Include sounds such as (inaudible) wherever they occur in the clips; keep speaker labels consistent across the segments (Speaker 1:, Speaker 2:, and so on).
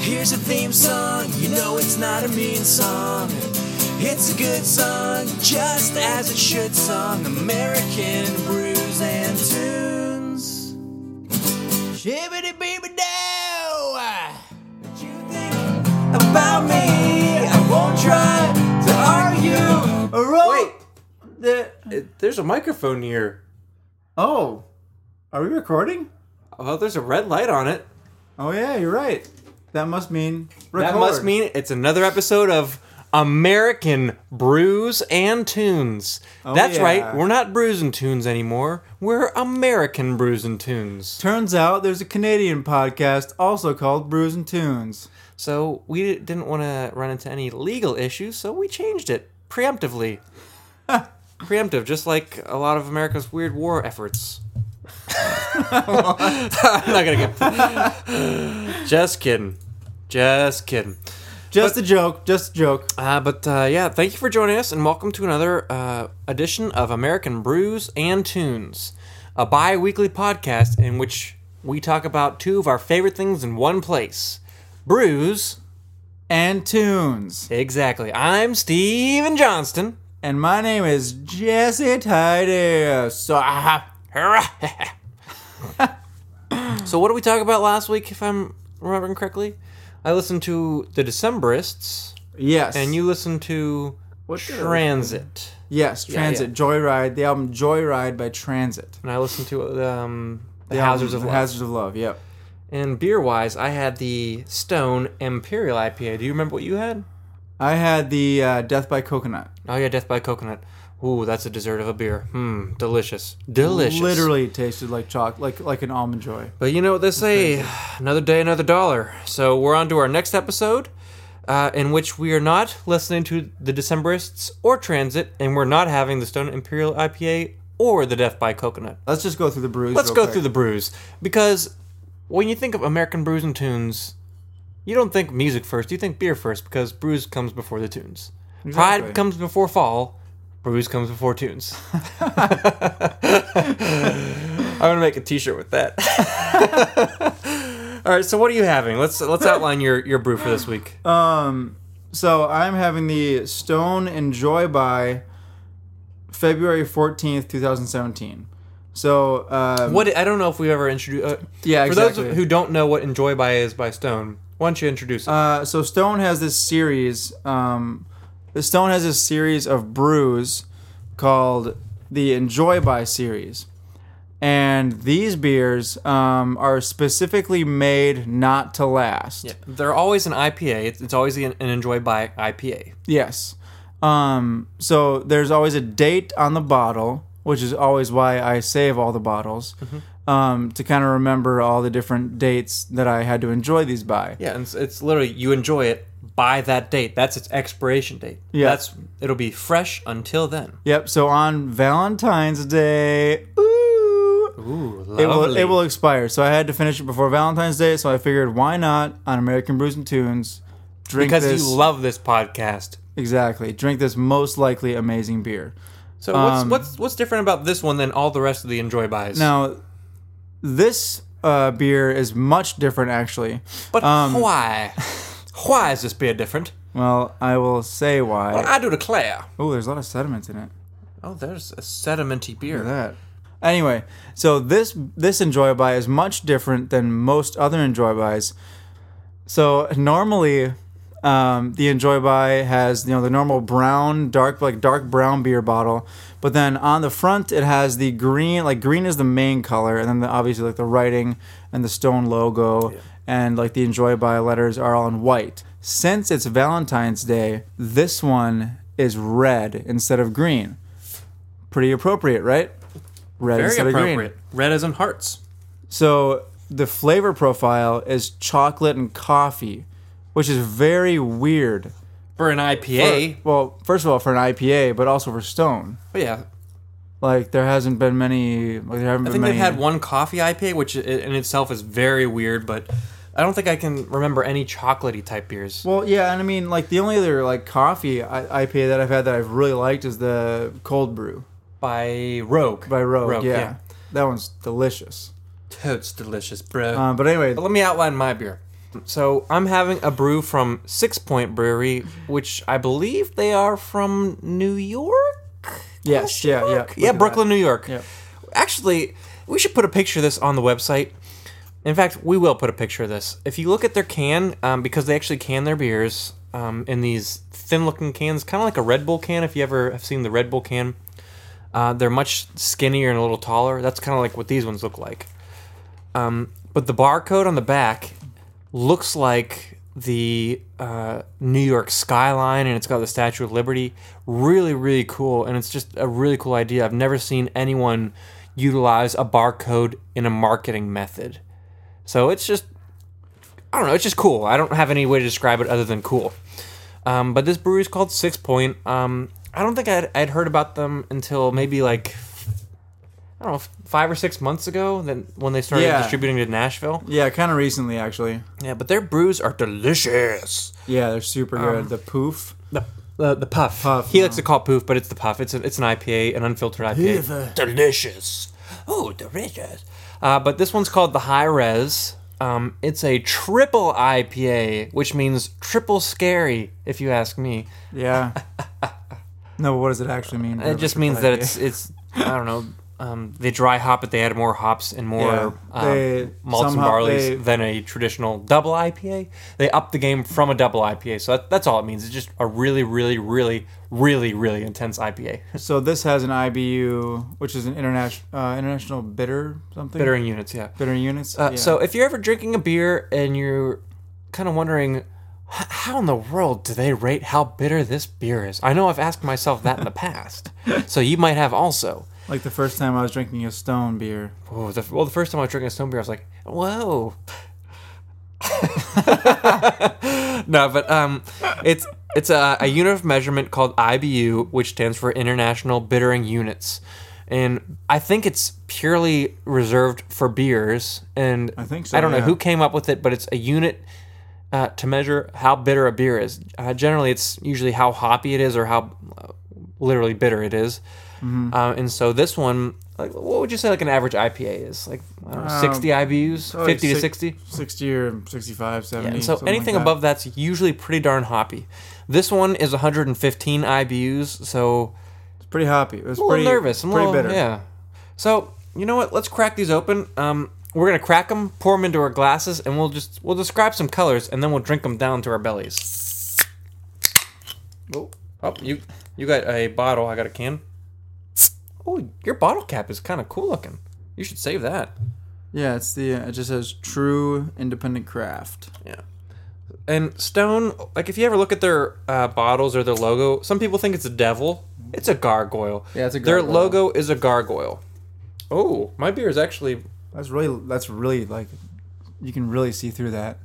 Speaker 1: Here's a theme song, you know it's not a mean song. It's a good song, just as it should song. American brews and tunes. Shibbity beeby doo! What you think about me? I won't try to argue. Or
Speaker 2: Wait,
Speaker 1: The
Speaker 2: it- there's a microphone here.
Speaker 3: Oh, are we recording?
Speaker 2: Oh, there's a red light on it.
Speaker 3: Oh yeah, you're right. That must mean record.
Speaker 2: That must mean it's another episode of American Brews and Tunes. That's
Speaker 3: Oh, yeah.
Speaker 2: right. We're not Brews and Tunes anymore. We're American Brews and Tunes.
Speaker 3: Turns out there's a Canadian podcast also called Brews and Tunes.
Speaker 2: So we didn't want to run into any legal issues, so we changed it
Speaker 3: (laughs)
Speaker 2: preemptively. Preemptive, just like a lot of America's weird war
Speaker 3: (laughs)
Speaker 2: efforts. (laughs) I'm not gonna get.
Speaker 3: (laughs)
Speaker 2: just kidding. Just kidding.
Speaker 3: Just a joke. Just a joke.
Speaker 2: Uh, but uh, yeah, thank you for joining us, and welcome to another uh, edition of American Brews and Tunes, a bi weekly podcast in which we talk about two of our favorite things in one place brews.
Speaker 3: And tunes.
Speaker 2: Exactly. I'm Steven Johnston.
Speaker 3: And my name is Jesse Titus. Ah.
Speaker 2: Hurrah! (laughs) so, what did we talk about last week, if I'm remembering correctly? I listened to The Decemberists,
Speaker 3: Yes.
Speaker 2: and you listened to
Speaker 3: did I
Speaker 2: Transit.
Speaker 3: Yes.
Speaker 2: Yeah,
Speaker 3: Transit.
Speaker 2: yeah.
Speaker 3: Joyride. The album Joyride by Transit.
Speaker 2: And I listened to um, The,
Speaker 3: The
Speaker 2: Hazards
Speaker 3: album
Speaker 2: of Love.
Speaker 3: Hazards of Love. Yep.
Speaker 2: And beer wise, I had the Stone Imperial IPA. Do you remember what you had?
Speaker 3: I had the uh, Death by Coconut.
Speaker 2: Oh yeah, Death by Coconut. Ooh, that's a dessert of a beer. Hmm, delicious, delicious.
Speaker 3: Literally tasted like chocolate, like like an almond joy.
Speaker 2: But you know what they say: (sighs) another day, another dollar. So we're on to our next episode, uh, in which we are not listening to the Decemberists or Transit, and we're not having the Stone Imperial IPA or the Death by Coconut.
Speaker 3: Let's just go through the brews.
Speaker 2: Let's
Speaker 3: real
Speaker 2: go
Speaker 3: quick.
Speaker 2: through the brews because when you think of American brews and tunes, you don't think music first. You think beer first because brews comes before the tunes.
Speaker 3: Exactly.
Speaker 2: Pride comes before fall. Brews comes before tunes. (laughs) I'm gonna make a T-shirt with that. (laughs) All right. So what are you having? Let's let's outline your your brew for this week.
Speaker 3: Um, so I'm having the Stone and Joy by February 14th, 2017. So, um,
Speaker 2: what I don't know if we've ever introduced. Uh,
Speaker 3: Yeah,
Speaker 2: For
Speaker 3: exactly.
Speaker 2: those who don't know what "Enjoy by" is by Stone, why don't you introduce it?
Speaker 3: Uh, so Stone has this series. Um, the Stone has this series of brews called the Enjoy By series, and these beers um, are specifically made not to last.
Speaker 2: Yeah, they're always an IPA. It's, it's always an, an enjoy by IPA.
Speaker 3: Yes. Um, so there's always a date on the bottle, which is always why I save all the bottles
Speaker 2: Mm-hmm.
Speaker 3: um, to kind of remember all the different dates that I had to enjoy these by.
Speaker 2: Yeah, and it's, it's literally you enjoy it by that date. That's its expiration date.
Speaker 3: Yeah.
Speaker 2: that's it'll be fresh until then.
Speaker 3: Yep. So on Valentine's Day, ooh,
Speaker 2: Ooh, lovely.
Speaker 3: it will, it will expire. So I had to finish it before Valentine's Day. So I figured, why not on American Brews and Tunes? Drink
Speaker 2: because
Speaker 3: this
Speaker 2: you love this podcast.
Speaker 3: exactly. Drink this most likely amazing beer.
Speaker 2: So what's
Speaker 3: Um,
Speaker 2: what's what's different about this one than all the rest of the enjoy buys?
Speaker 3: Now, this uh, beer is much different, actually.
Speaker 2: but
Speaker 3: um,
Speaker 2: why? Why is this beer different?
Speaker 3: Well, I will say why.
Speaker 2: I do declare.
Speaker 3: Oh, there's a lot of sediment in it.
Speaker 2: Oh, there's a sedimenty beer.
Speaker 3: Look at that. Anyway, so this this enjoy by is much different than most other enjoy buys. So normally, um, the enjoy by has you know the normal brown dark like dark brown beer bottle, but then on the front it has the green like green is the main color, and then the, obviously like the writing and the stone logo and like the enjoy by letters are all in white. Since it's Valentine's Day, this one is red instead of green. Pretty appropriate, right? Red
Speaker 2: Very
Speaker 3: instead of green.
Speaker 2: appropriate. Red as in hearts.
Speaker 3: So the flavor profile is chocolate and coffee, which is very weird.
Speaker 2: For an IPA,
Speaker 3: Well, first of all, for an IPA, but also for Stone.
Speaker 2: but yeah,
Speaker 3: Like there hasn't been many. Like there haven't
Speaker 2: I
Speaker 3: been
Speaker 2: think
Speaker 3: many.
Speaker 2: they've had one coffee IPA, which i- in itself is very weird, but I don't think I can remember any chocolatey type beers.
Speaker 3: Well, yeah, and I mean, like the only other like coffee I- IPA that I've had that I've really liked is the cold brew
Speaker 2: By Rogue.
Speaker 3: by Rogue. yeah. that one's delicious.
Speaker 2: Totes delicious, bro.
Speaker 3: Uh, but anyway,
Speaker 2: but let me outline my beer. So I'm having a brew from Six Point Brewery, which I believe they are from New York.
Speaker 3: Yes, yeah, yeah. Look
Speaker 2: yeah,
Speaker 3: at
Speaker 2: Brooklyn, New York.
Speaker 3: Yep.
Speaker 2: Actually, we should put a picture of this on the website. In fact, we will put a picture of this. If you look at their can, um, because they actually can their beers um, in these thin-looking cans, kind of like a Red Bull can. If you ever have seen the Red Bull can, uh, they're much skinnier and a little taller. That's kind of like what these ones look like. Um, but the barcode on the back looks like the uh, New York skyline, and it's got the Statue of Liberty. Really, really cool, and it's just a really cool idea. I've never seen anyone utilize a barcode in a marketing method. So it's just, I don't know, it's just cool. I don't have any way to describe it other than cool. Um, but this brewery is called Six Point. Um, I don't think I'd, I'd heard about them until maybe like, I don't know, f- five or six months ago then when they started
Speaker 3: Yeah.
Speaker 2: distributing to Nashville.
Speaker 3: Yeah, kind of recently actually.
Speaker 2: Yeah, but their brews are delicious.
Speaker 3: Yeah, they're
Speaker 2: Um,
Speaker 3: super good. the poof.
Speaker 2: The uh, the, the puff.
Speaker 3: Puff,
Speaker 2: He
Speaker 3: yeah.
Speaker 2: likes to call it poof, but it's the puff. It's an it's an IPA, an unfiltered IPA. Delicious. Oh, delicious. Uh, but this one's called the High Res. Um, it's a triple IPA, which means triple scary, if you ask me.
Speaker 3: Yeah. no, but what does it actually mean?
Speaker 2: It just means that it's it's I don't know. Um, they dry hop it. They add more hops and more
Speaker 3: Yeah,
Speaker 2: um,
Speaker 3: they-
Speaker 2: malts and
Speaker 3: somehow
Speaker 2: barleys
Speaker 3: they-
Speaker 2: than a traditional double IPA. They up the game from a double IPA. So that, that's all it means. It's just a really, really, really, really, really intense IPA.
Speaker 3: So this has an IBU, which is an international uh, international bitter something.
Speaker 2: Bittering units, yeah.
Speaker 3: bitter units.
Speaker 2: Uh,
Speaker 3: Yeah.
Speaker 2: So if you're ever drinking a beer and you're kind of wondering, "H- how in the world do they rate how bitter this beer is? I know I've asked myself that in the
Speaker 3: (laughs)
Speaker 2: past. So you might have also.
Speaker 3: like the first time I was drinking a stone beer.
Speaker 2: Oh, the, well, the first time I was drinking a stone beer, I was like, "Whoa." (laughs) no, but um, it's it's a, a unit of measurement called IBU, which stands for International Bittering Units, and I think it's purely reserved for beers. And I
Speaker 3: think so,
Speaker 2: I don't know
Speaker 3: yeah.
Speaker 2: who came up with it, but it's a unit. Uh, to measure how bitter a beer is, uh, generally it's usually how hoppy it is or how uh, literally bitter it is.
Speaker 3: Mm-hmm.
Speaker 2: Uh, and so this one, like, what would you say like an average IPA is? Like I don't know, 60
Speaker 3: Um,
Speaker 2: IBUs, 50 to 60?
Speaker 3: 60 or 65, 70.
Speaker 2: And so
Speaker 3: something like
Speaker 2: anything
Speaker 3: that.
Speaker 2: above that's usually pretty darn hoppy. This one is 115 IBUs, so
Speaker 3: It's pretty hoppy. It was
Speaker 2: I'm a
Speaker 3: pretty
Speaker 2: little nervous. I'm a
Speaker 3: pretty
Speaker 2: little,
Speaker 3: bitter.
Speaker 2: yeah. So you know what? Let's crack these open. Um, we're gonna crack them, pour them into our glasses, and we'll just we'll describe some colors, and then we'll drink them down to our bellies. Oh, oh you you got a bottle. I got a can. Oh, your bottle cap is kind of cool looking. You should save that.
Speaker 3: Yeah, it's the uh, it just says true independent craft.
Speaker 2: Yeah. And Stone, like if you ever look at their uh, bottles or their logo, some people think it's a devil. It's a gargoyle.
Speaker 3: Yeah, it's a
Speaker 2: Their
Speaker 3: gargoyle.
Speaker 2: logo is a gargoyle. Oh, my beer is actually
Speaker 3: That's really that's really like you can really see through that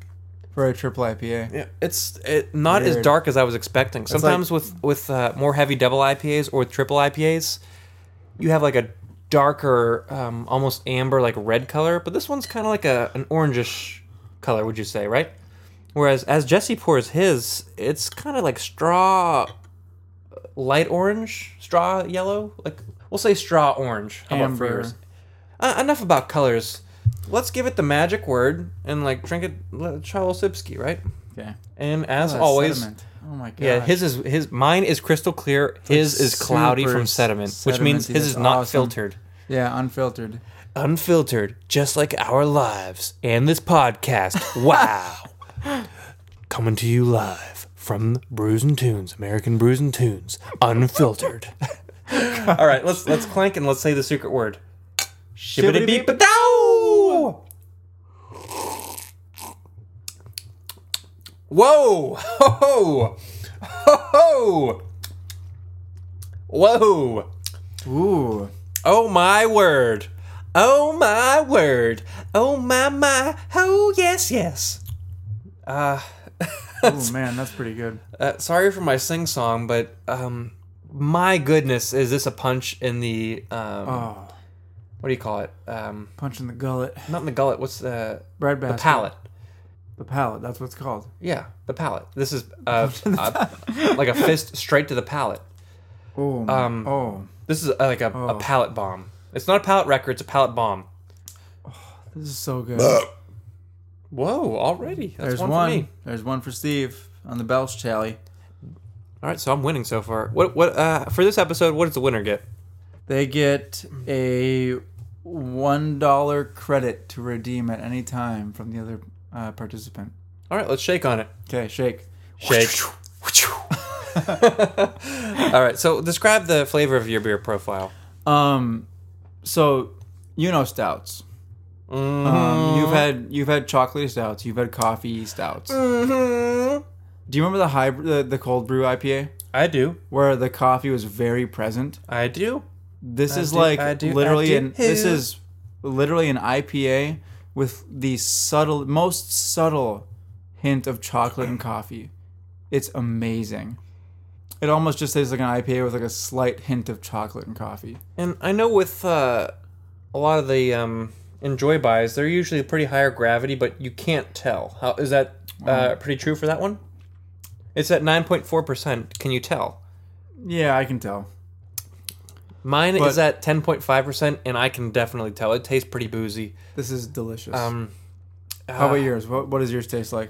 Speaker 3: for a triple IPA.
Speaker 2: yeah, it's it, not as
Speaker 3: Weird.
Speaker 2: dark as I was expecting. Sometimes with with uh, more heavy double IPAs or with triple IPAs, you have like a darker, um, almost amber, like red color. But this one's kind of like a an orangish color. Would you say right? Whereas as Jesse pours his, it's kind of like straw, uh, light orange, straw yellow. Like we'll say straw orange. How about for
Speaker 3: Amber.
Speaker 2: yours? Uh, enough about colors. Let's give it the magic word and like drink it, Chalosipsky, right?
Speaker 3: Okay.
Speaker 2: And as
Speaker 3: Oh, that's
Speaker 2: always,
Speaker 3: sediment. Oh my god.
Speaker 2: yeah, his is his. Mine is crystal clear. His is cloudy
Speaker 3: super
Speaker 2: from sediment, which means
Speaker 3: sedimenty.
Speaker 2: his is
Speaker 3: That's
Speaker 2: not
Speaker 3: awesome.
Speaker 2: filtered.
Speaker 3: Yeah, unfiltered.
Speaker 2: Unfiltered, just like our lives and this (laughs) podcast. Wow. Coming to you live from Brews and Tunes, American Brews and Tunes, unfiltered. (laughs) All right, let's let's clank and let's say the secret word. Shibbity beep dow. Whoa! Ho ho! Ho ho! Whoa! (laughs)
Speaker 3: Ooh.
Speaker 2: Oh my word. Oh my word. Oh my my. Oh yes, yes.
Speaker 3: Oh man, that's
Speaker 2: (laughs)
Speaker 3: pretty good.
Speaker 2: Uh, sorry for my sing song, but um my goodness, is this a punch in the um
Speaker 3: Oh,
Speaker 2: what do you call it? Um
Speaker 3: punch in the gullet. (laughs)
Speaker 2: not in the gullet, what's the
Speaker 3: Bread
Speaker 2: the
Speaker 3: basket.
Speaker 2: palate.
Speaker 3: The palate. That's what it's called.
Speaker 2: Yeah, the palate. This is uh, (laughs) uh like a fist straight to the palate.
Speaker 3: Oh.
Speaker 2: Um,
Speaker 3: oh.
Speaker 2: This is uh, like a, a palate bomb. It's not a palate record, it's a palate bomb.
Speaker 3: This is so good.
Speaker 2: Whoa, already. That's
Speaker 3: There's
Speaker 2: one,
Speaker 3: one.
Speaker 2: for me.
Speaker 3: There's one for Steve on the Belch tally.
Speaker 2: All right, so I'm winning so far. What what uh for this episode, what does the winner get?
Speaker 3: They get a one dollar credit to redeem at any time from the other uh, participant.
Speaker 2: All right, let's shake on it.
Speaker 3: Okay, shake.
Speaker 2: Shake. (laughs) All right, so describe the flavor of your beer profile.
Speaker 3: Um, so you know stouts.
Speaker 2: Mm.
Speaker 3: Um, you've had you've had chocolate stouts. You've had coffee stouts.
Speaker 2: Mm-hmm.
Speaker 3: Do you remember the high the, the cold brew IPA
Speaker 2: I do.
Speaker 3: where the coffee was very present?
Speaker 2: I do.
Speaker 3: This is
Speaker 2: do,
Speaker 3: like
Speaker 2: I do, I
Speaker 3: literally
Speaker 2: do.
Speaker 3: an this is literally an IPA with the subtle most subtle hint of chocolate and coffee. It's amazing. It almost just tastes like an IPA with like a slight hint of chocolate and coffee.
Speaker 2: And I know with uh, a lot of the um, enjoy buys, they're usually pretty higher gravity, but you can't tell. How is that
Speaker 3: Mm.
Speaker 2: uh, pretty true for that one? It's at nine point four percent. Can you tell?
Speaker 3: Yeah, I can tell.
Speaker 2: Mine
Speaker 3: But-
Speaker 2: is at ten point five percent, and I can definitely tell. It tastes pretty boozy.
Speaker 3: This is delicious.
Speaker 2: Um, uh,
Speaker 3: How about yours? What what does yours taste like?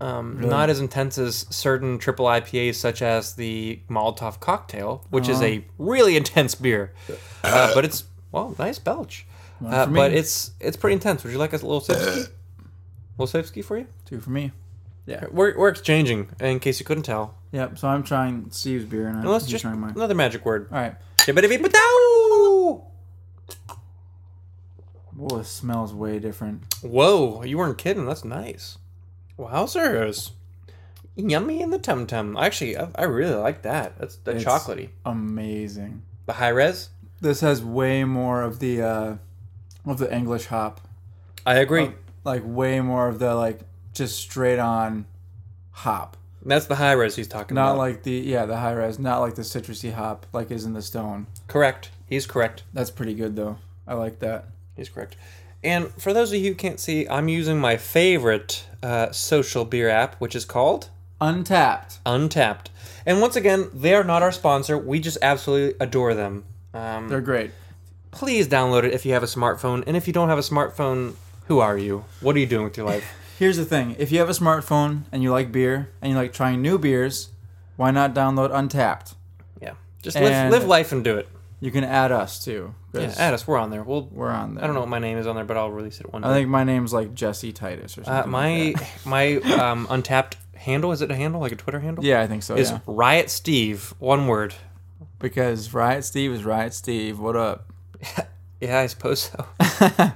Speaker 2: Um, Not as intense as certain triple IPAs, such as the Molotov cocktail, which
Speaker 3: Uh-huh.
Speaker 2: is a really (laughs) intense beer. Uh, but it's well, nice belch. Uh,
Speaker 3: for
Speaker 2: but
Speaker 3: me.
Speaker 2: it's it's pretty intense. Would you like a little
Speaker 3: (clears throat)
Speaker 2: sipsky? little sipsky for you?
Speaker 3: Two for me.
Speaker 2: We're, we're exchanging in case you couldn't tell.
Speaker 3: Yep. So I'm trying Steve's beer and I'm
Speaker 2: Unless
Speaker 3: he's
Speaker 2: just
Speaker 3: trying mine.
Speaker 2: another magic word.
Speaker 3: All right.
Speaker 2: Shibbidi-bidi-bidi-bow!
Speaker 3: Well, it smells way different.
Speaker 2: Whoa, you weren't kidding. That's nice. Wowzers. Yummy in the tum tum. Actually, I, I really like that. That's the
Speaker 3: It's-
Speaker 2: chocolatey.
Speaker 3: Amazing.
Speaker 2: The high res.
Speaker 3: This has way more of the uh of the English hop.
Speaker 2: I agree.
Speaker 3: Like way more of the like just straight on hop.
Speaker 2: That's the high res he's talking
Speaker 3: Not
Speaker 2: about.
Speaker 3: like the yeah, the high res, not like the citrusy hop like is in the stone.
Speaker 2: correct. He's correct.
Speaker 3: That's pretty good though. I like that.
Speaker 2: He's correct. And for those of you who can't see, I'm using my favorite uh, social beer app, which is called
Speaker 3: Untapped.
Speaker 2: Untapped. And once again, they are not our sponsor. We just absolutely adore them. Um,
Speaker 3: They're great.
Speaker 2: please download it if you have a smartphone. And if you don't have a smartphone, who are you? What are you doing with your
Speaker 3: (laughs)
Speaker 2: life?
Speaker 3: Here's the thing: if you have a smartphone and you like beer and you like trying new beers, why not download Untapped?
Speaker 2: Yeah. Just live,
Speaker 3: And-
Speaker 2: live life and do it.
Speaker 3: You can add us too.
Speaker 2: Yeah,
Speaker 3: 'cause
Speaker 2: add us. We're on there. We'll,
Speaker 3: We're on there.
Speaker 2: I don't know what my name is on there, but I'll release it one day.
Speaker 3: I think my name's like Jesse Titus or something.
Speaker 2: uh,
Speaker 3: like
Speaker 2: my
Speaker 3: that.
Speaker 2: my um, untapped handle is it a handle like a Twitter handle?
Speaker 3: yeah, I think so.
Speaker 2: is
Speaker 3: yeah.
Speaker 2: Riot Steve. One word.
Speaker 3: Because Riot Steve is Riot Steve. What up?
Speaker 2: Yeah, I suppose so. all right.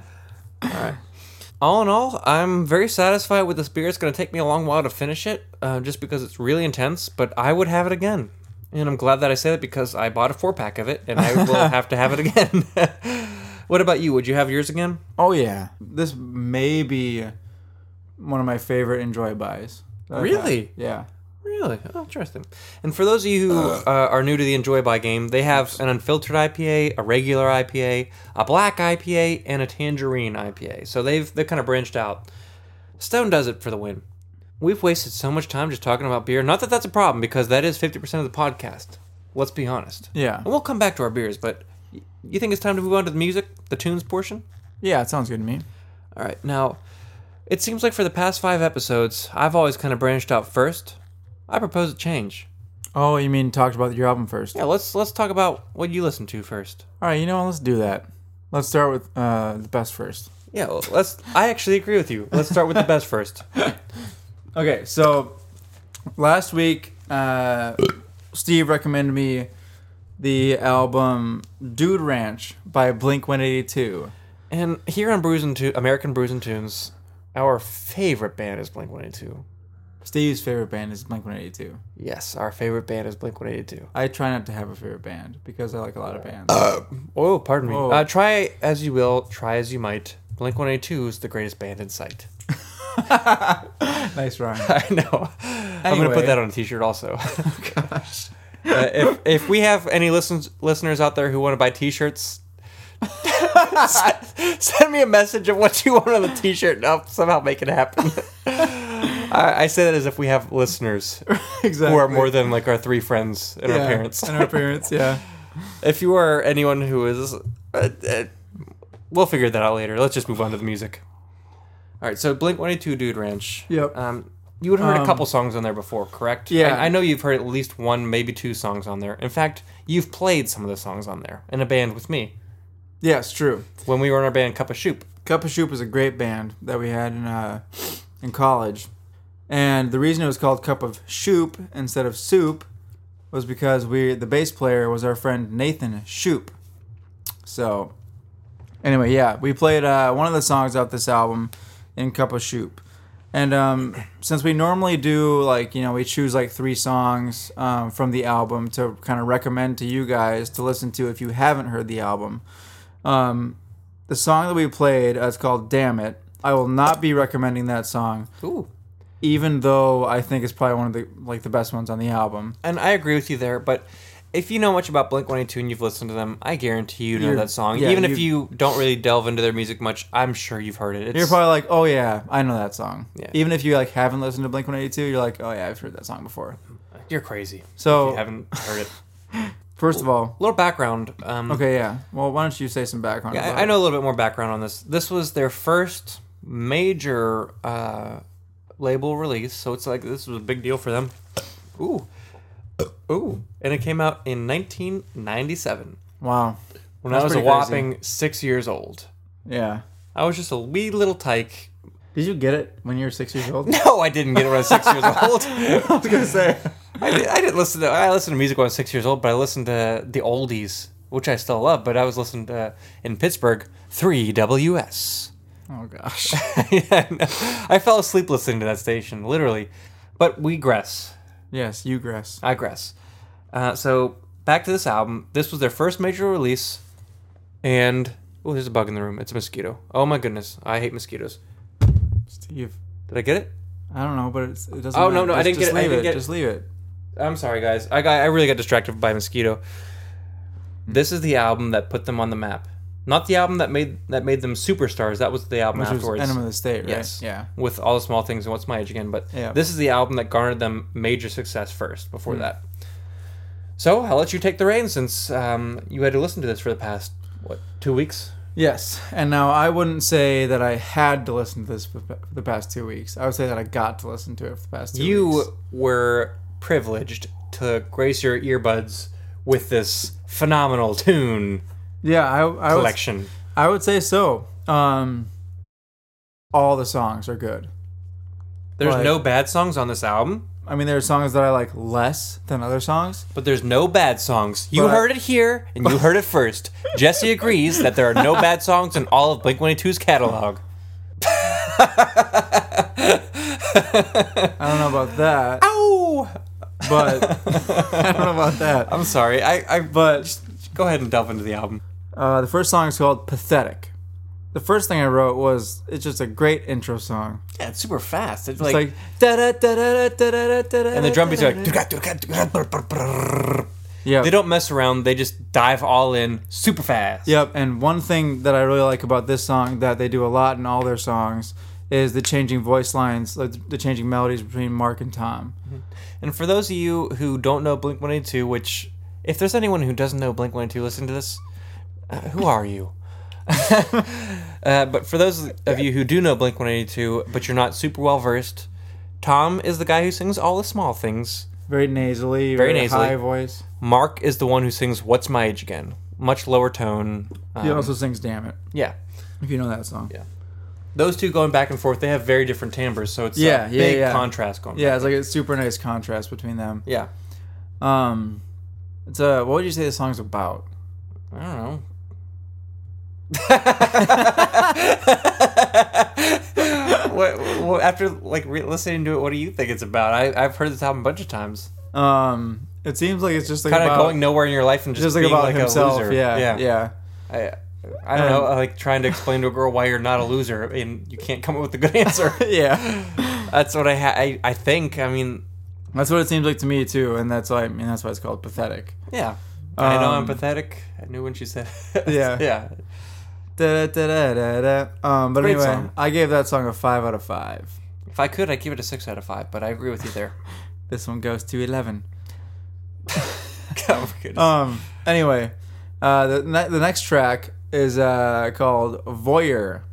Speaker 2: All in all, I'm very satisfied with this beer. It's going to take me a long while to finish it, uh, just because it's really intense. But I would have it again, and I'm glad that I said it because I bought a four pack of it, and I will have to have it again. (laughs) what about you? Would you have yours again?
Speaker 3: Oh yeah, this may be one of my favorite enjoy buys. that I've had.
Speaker 2: Really?
Speaker 3: Yeah.
Speaker 2: Really? Oh, interesting. And for those of you who uh, are new to the Enjoy By game, they have an unfiltered IPA, a regular IPA, a black IPA, and a tangerine IPA. So they've they've kind of branched out. Stone does it for the win. We've wasted so much time just talking about beer. Not that that's a problem, because that is 50% of the podcast. Let's be honest.
Speaker 3: Yeah.
Speaker 2: And we'll come back to our beers, but y- you think it's time to move on to the music, the tunes portion?
Speaker 3: Yeah, it sounds good to me.
Speaker 2: All right. Now, it seems like for the past five episodes, I've always kind of branched out first. I propose a change.
Speaker 3: Oh, you mean talked about your album first?
Speaker 2: Yeah, let's let's talk about what you listen to first.
Speaker 3: All right, you know, what? let's do that. Let's start with uh, the best first.
Speaker 2: Yeah, well, let's. I actually agree with you. Let's start with the best first.
Speaker 3: Okay, so last week, uh, Steve recommended me the album Dude Ranch by Blink 182.
Speaker 2: (laughs) And here on Bruising to American Bruising Tunes, our favorite band is Blink One Eighty Two.
Speaker 3: Steve's favorite band is Blink 182.
Speaker 2: Yes, our favorite band is Blink One Eighty Two.
Speaker 3: I try not to have a favorite band because I like a lot of bands.
Speaker 2: Oh, pardon me.
Speaker 3: Whoa.
Speaker 2: Uh, try as you will, try as you might. Blink One Eighty Two is the greatest band in sight.
Speaker 3: (laughs)
Speaker 2: (laughs)
Speaker 3: nice rhyme. (laughs)
Speaker 2: I know. I'm gonna put
Speaker 3: Anyway.
Speaker 2: that on a T-shirt also. (laughs) Uh, if if we have any listens, listeners out there who want to buy T-shirts, (laughs) send, send me a message of what you want on the T-shirt, and I'll somehow make it happen. (laughs) I, I say that as if we have listeners
Speaker 3: exactly.
Speaker 2: who are more than like our three friends and
Speaker 3: Yeah,
Speaker 2: our parents.
Speaker 3: and our
Speaker 2: (laughs)
Speaker 3: parents, yeah.
Speaker 2: if you are anyone who is, uh, uh, we'll figure that out later. Let's just move on to the music. All right, so Blink 182 Dude Ranch.
Speaker 3: Yep.
Speaker 2: Um, you would have heard a couple songs on there before, correct?
Speaker 3: yeah.
Speaker 2: I, I know you've heard at least one, maybe two songs on there. In fact, you've played some of the songs on there in a band with me
Speaker 3: Yes, true.
Speaker 2: when we were in our band Cup of Soup.
Speaker 3: Cup of Soup was a great band that we had in uh, in college, and the reason it was called Cup of Soup instead of Soup was because we the bass player was our friend Nathan Shoop. So, anyway, yeah, we played uh, one of the songs off this album in Cup of Soup, and um, since we normally do like you know we choose like three songs um, from the album to kind of recommend to you guys to listen to if you haven't heard the album. Um, the song that we played uh, it's called damn it i will not be recommending that song
Speaker 2: Ooh.
Speaker 3: even though i think it's probably one of the like the best ones on the album
Speaker 2: And I agree with you there, but if you know much about Blink 182 and you've listened to them, I guarantee you know
Speaker 3: You're-
Speaker 2: that song.
Speaker 3: yeah,
Speaker 2: Even if
Speaker 3: you-
Speaker 2: you don't really delve into their music much, I'm sure you've heard it. It's,
Speaker 3: you're probably like oh yeah i know that song
Speaker 2: Yeah.
Speaker 3: even if you like haven't listened to blink 182 you're like oh yeah i've heard that song before
Speaker 2: you're crazy.
Speaker 3: So-
Speaker 2: if you haven't heard it.
Speaker 3: first of all
Speaker 2: A little background. Um,
Speaker 3: okay yeah well why don't you say some background
Speaker 2: Yeah,
Speaker 3: about
Speaker 2: I, I
Speaker 3: it?
Speaker 2: know a little bit more background on this. This was their first major uh, label release, so it's like this was a big deal for them. Ooh, ooh, and it came out in 1997
Speaker 3: wow
Speaker 2: when
Speaker 3: That's
Speaker 2: I was a
Speaker 3: pretty crazy.
Speaker 2: whopping six years old.
Speaker 3: yeah
Speaker 2: I was just a wee little tyke.
Speaker 3: did you get it when you were six years old
Speaker 2: (laughs) No, I didn't get it when I was six years (laughs) old.
Speaker 3: i was gonna say
Speaker 2: I, did, I didn't listen to I listened to music when I was six years old, but I listened to the oldies, which I still love. But I was listening to in Pittsburgh, three E WS.
Speaker 3: (laughs) oh gosh
Speaker 2: (laughs) yeah, I know. I fell asleep listening to that station, literally. But we gress.
Speaker 3: yes you grass
Speaker 2: I gress. Uh, so back to this album. This was their first major release, and oh, there's a bug in the room. It's a mosquito. Oh my goodness, I hate mosquitoes.
Speaker 3: steve
Speaker 2: Did I get it?
Speaker 3: i don't know but it's, it doesn't
Speaker 2: Oh, no,
Speaker 3: matter.
Speaker 2: no, I
Speaker 3: Just-
Speaker 2: didn't get
Speaker 3: just
Speaker 2: it, I
Speaker 3: leave
Speaker 2: didn't get it.
Speaker 3: just leave it
Speaker 2: I'm sorry, guys. I got I really got distracted by mosquito. This is the album that put them on the map. Not the album that made that made them superstars. That was the album
Speaker 3: which was
Speaker 2: afterwards.
Speaker 3: enema of the state right
Speaker 2: Yes.
Speaker 3: yeah
Speaker 2: With all the small things and what's my age again, but
Speaker 3: Yeah.
Speaker 2: this is the album that garnered them major success first. Before that, so I'll let you take the reins since um, you had to listen to this for the past what two weeks.
Speaker 3: Yes, and now I wouldn't say that I had to listen to this for for the past two weeks. I would say that I got to listen to it for the past two
Speaker 2: you
Speaker 3: weeks.
Speaker 2: were privileged to grace your earbuds with this phenomenal tune
Speaker 3: yeah, I, I would,
Speaker 2: collection.
Speaker 3: I would say so. Um, all the songs are good.
Speaker 2: There's
Speaker 3: Like-
Speaker 2: no bad songs on this album,
Speaker 3: I mean, there are songs that I like less than other songs.
Speaker 2: but there's no bad songs. You
Speaker 3: But-
Speaker 2: heard it here, and (laughs) you heard it first. Jesse agrees that there are no bad songs in all of Blink 182's catalog.
Speaker 3: I don't know about that,
Speaker 2: Ow!
Speaker 3: but (laughs) I don't know about that.
Speaker 2: I'm sorry. I, I
Speaker 3: But
Speaker 2: go ahead and delve into the album.
Speaker 3: Uh, the first song is called "Pathetic." The first thing I wrote was it's just a great intro song.
Speaker 2: Yeah, it's super fast. It's, like,
Speaker 3: It's like da da da da da da da da,
Speaker 2: and the drum beats (laughs) are like
Speaker 3: yeah.
Speaker 2: they don't mess around. They just dive all in super fast.
Speaker 3: Yep, and one thing that I really like about this song that they do a lot in all their songs is the changing voice lines, like the changing melodies between Mark and Tom.
Speaker 2: And for those of you who don't know Blink 182, which if there's anyone who doesn't know Blink 182, listen to this. Uh, who are you? (laughs) uh, but for those of you who do know Blink 182, but you're not super well versed, Tom is the guy who sings all the small things.
Speaker 3: Very nasally,
Speaker 2: Very
Speaker 3: very,
Speaker 2: nasally.
Speaker 3: high voice.
Speaker 2: Mark is the one who sings "What's My Age Again," much lower tone. Um,
Speaker 3: he also sings "Damn It,"
Speaker 2: yeah,
Speaker 3: if you know that song.
Speaker 2: Yeah. those two going back and forth, they have very different timbres, so it's
Speaker 3: Yeah,
Speaker 2: a
Speaker 3: yeah,
Speaker 2: big
Speaker 3: yeah.
Speaker 2: contrast going.
Speaker 3: Yeah, it's like a super nice contrast between them.
Speaker 2: yeah.
Speaker 3: Um, it's uh, what would you say the song's about?
Speaker 2: I don't know.
Speaker 3: (laughs)
Speaker 2: what, what, after like re- listening to it, what do you think it's about? I, I've heard this album a bunch of times.
Speaker 3: Um, it seems like it's just like
Speaker 2: Kind of
Speaker 3: about
Speaker 2: going nowhere in your life and just,
Speaker 3: just like
Speaker 2: being
Speaker 3: about
Speaker 2: like
Speaker 3: himself.
Speaker 2: a loser.
Speaker 3: Yeah, yeah, (laughs)
Speaker 2: I, I don't know. Like trying to explain to a girl why you're not a loser and you can't come up with a good (laughs)
Speaker 3: (laughs)
Speaker 2: answer.
Speaker 3: yeah.
Speaker 2: That's what I, ha- I I think. I mean,
Speaker 3: That's what it seems like to me too, and that's why I mean that's why it's called pathetic.
Speaker 2: yeah. I know I'm
Speaker 3: Um,
Speaker 2: pathetic. I knew when she said. (laughs)
Speaker 3: Yeah.
Speaker 2: yeah.
Speaker 3: Da, da, da, da, da. Um, but
Speaker 2: Great
Speaker 3: anyway,
Speaker 2: song.
Speaker 3: I gave that song a five out of five.
Speaker 2: If I could, I'd give it a six out of five. But I agree with you
Speaker 3: (laughs)
Speaker 2: there. (laughs)
Speaker 3: This one goes to eleven.
Speaker 2: oh my goodness.
Speaker 3: Um, anyway, uh, the
Speaker 2: Hmm.
Speaker 3: ne- the next track is uh called Voyeur.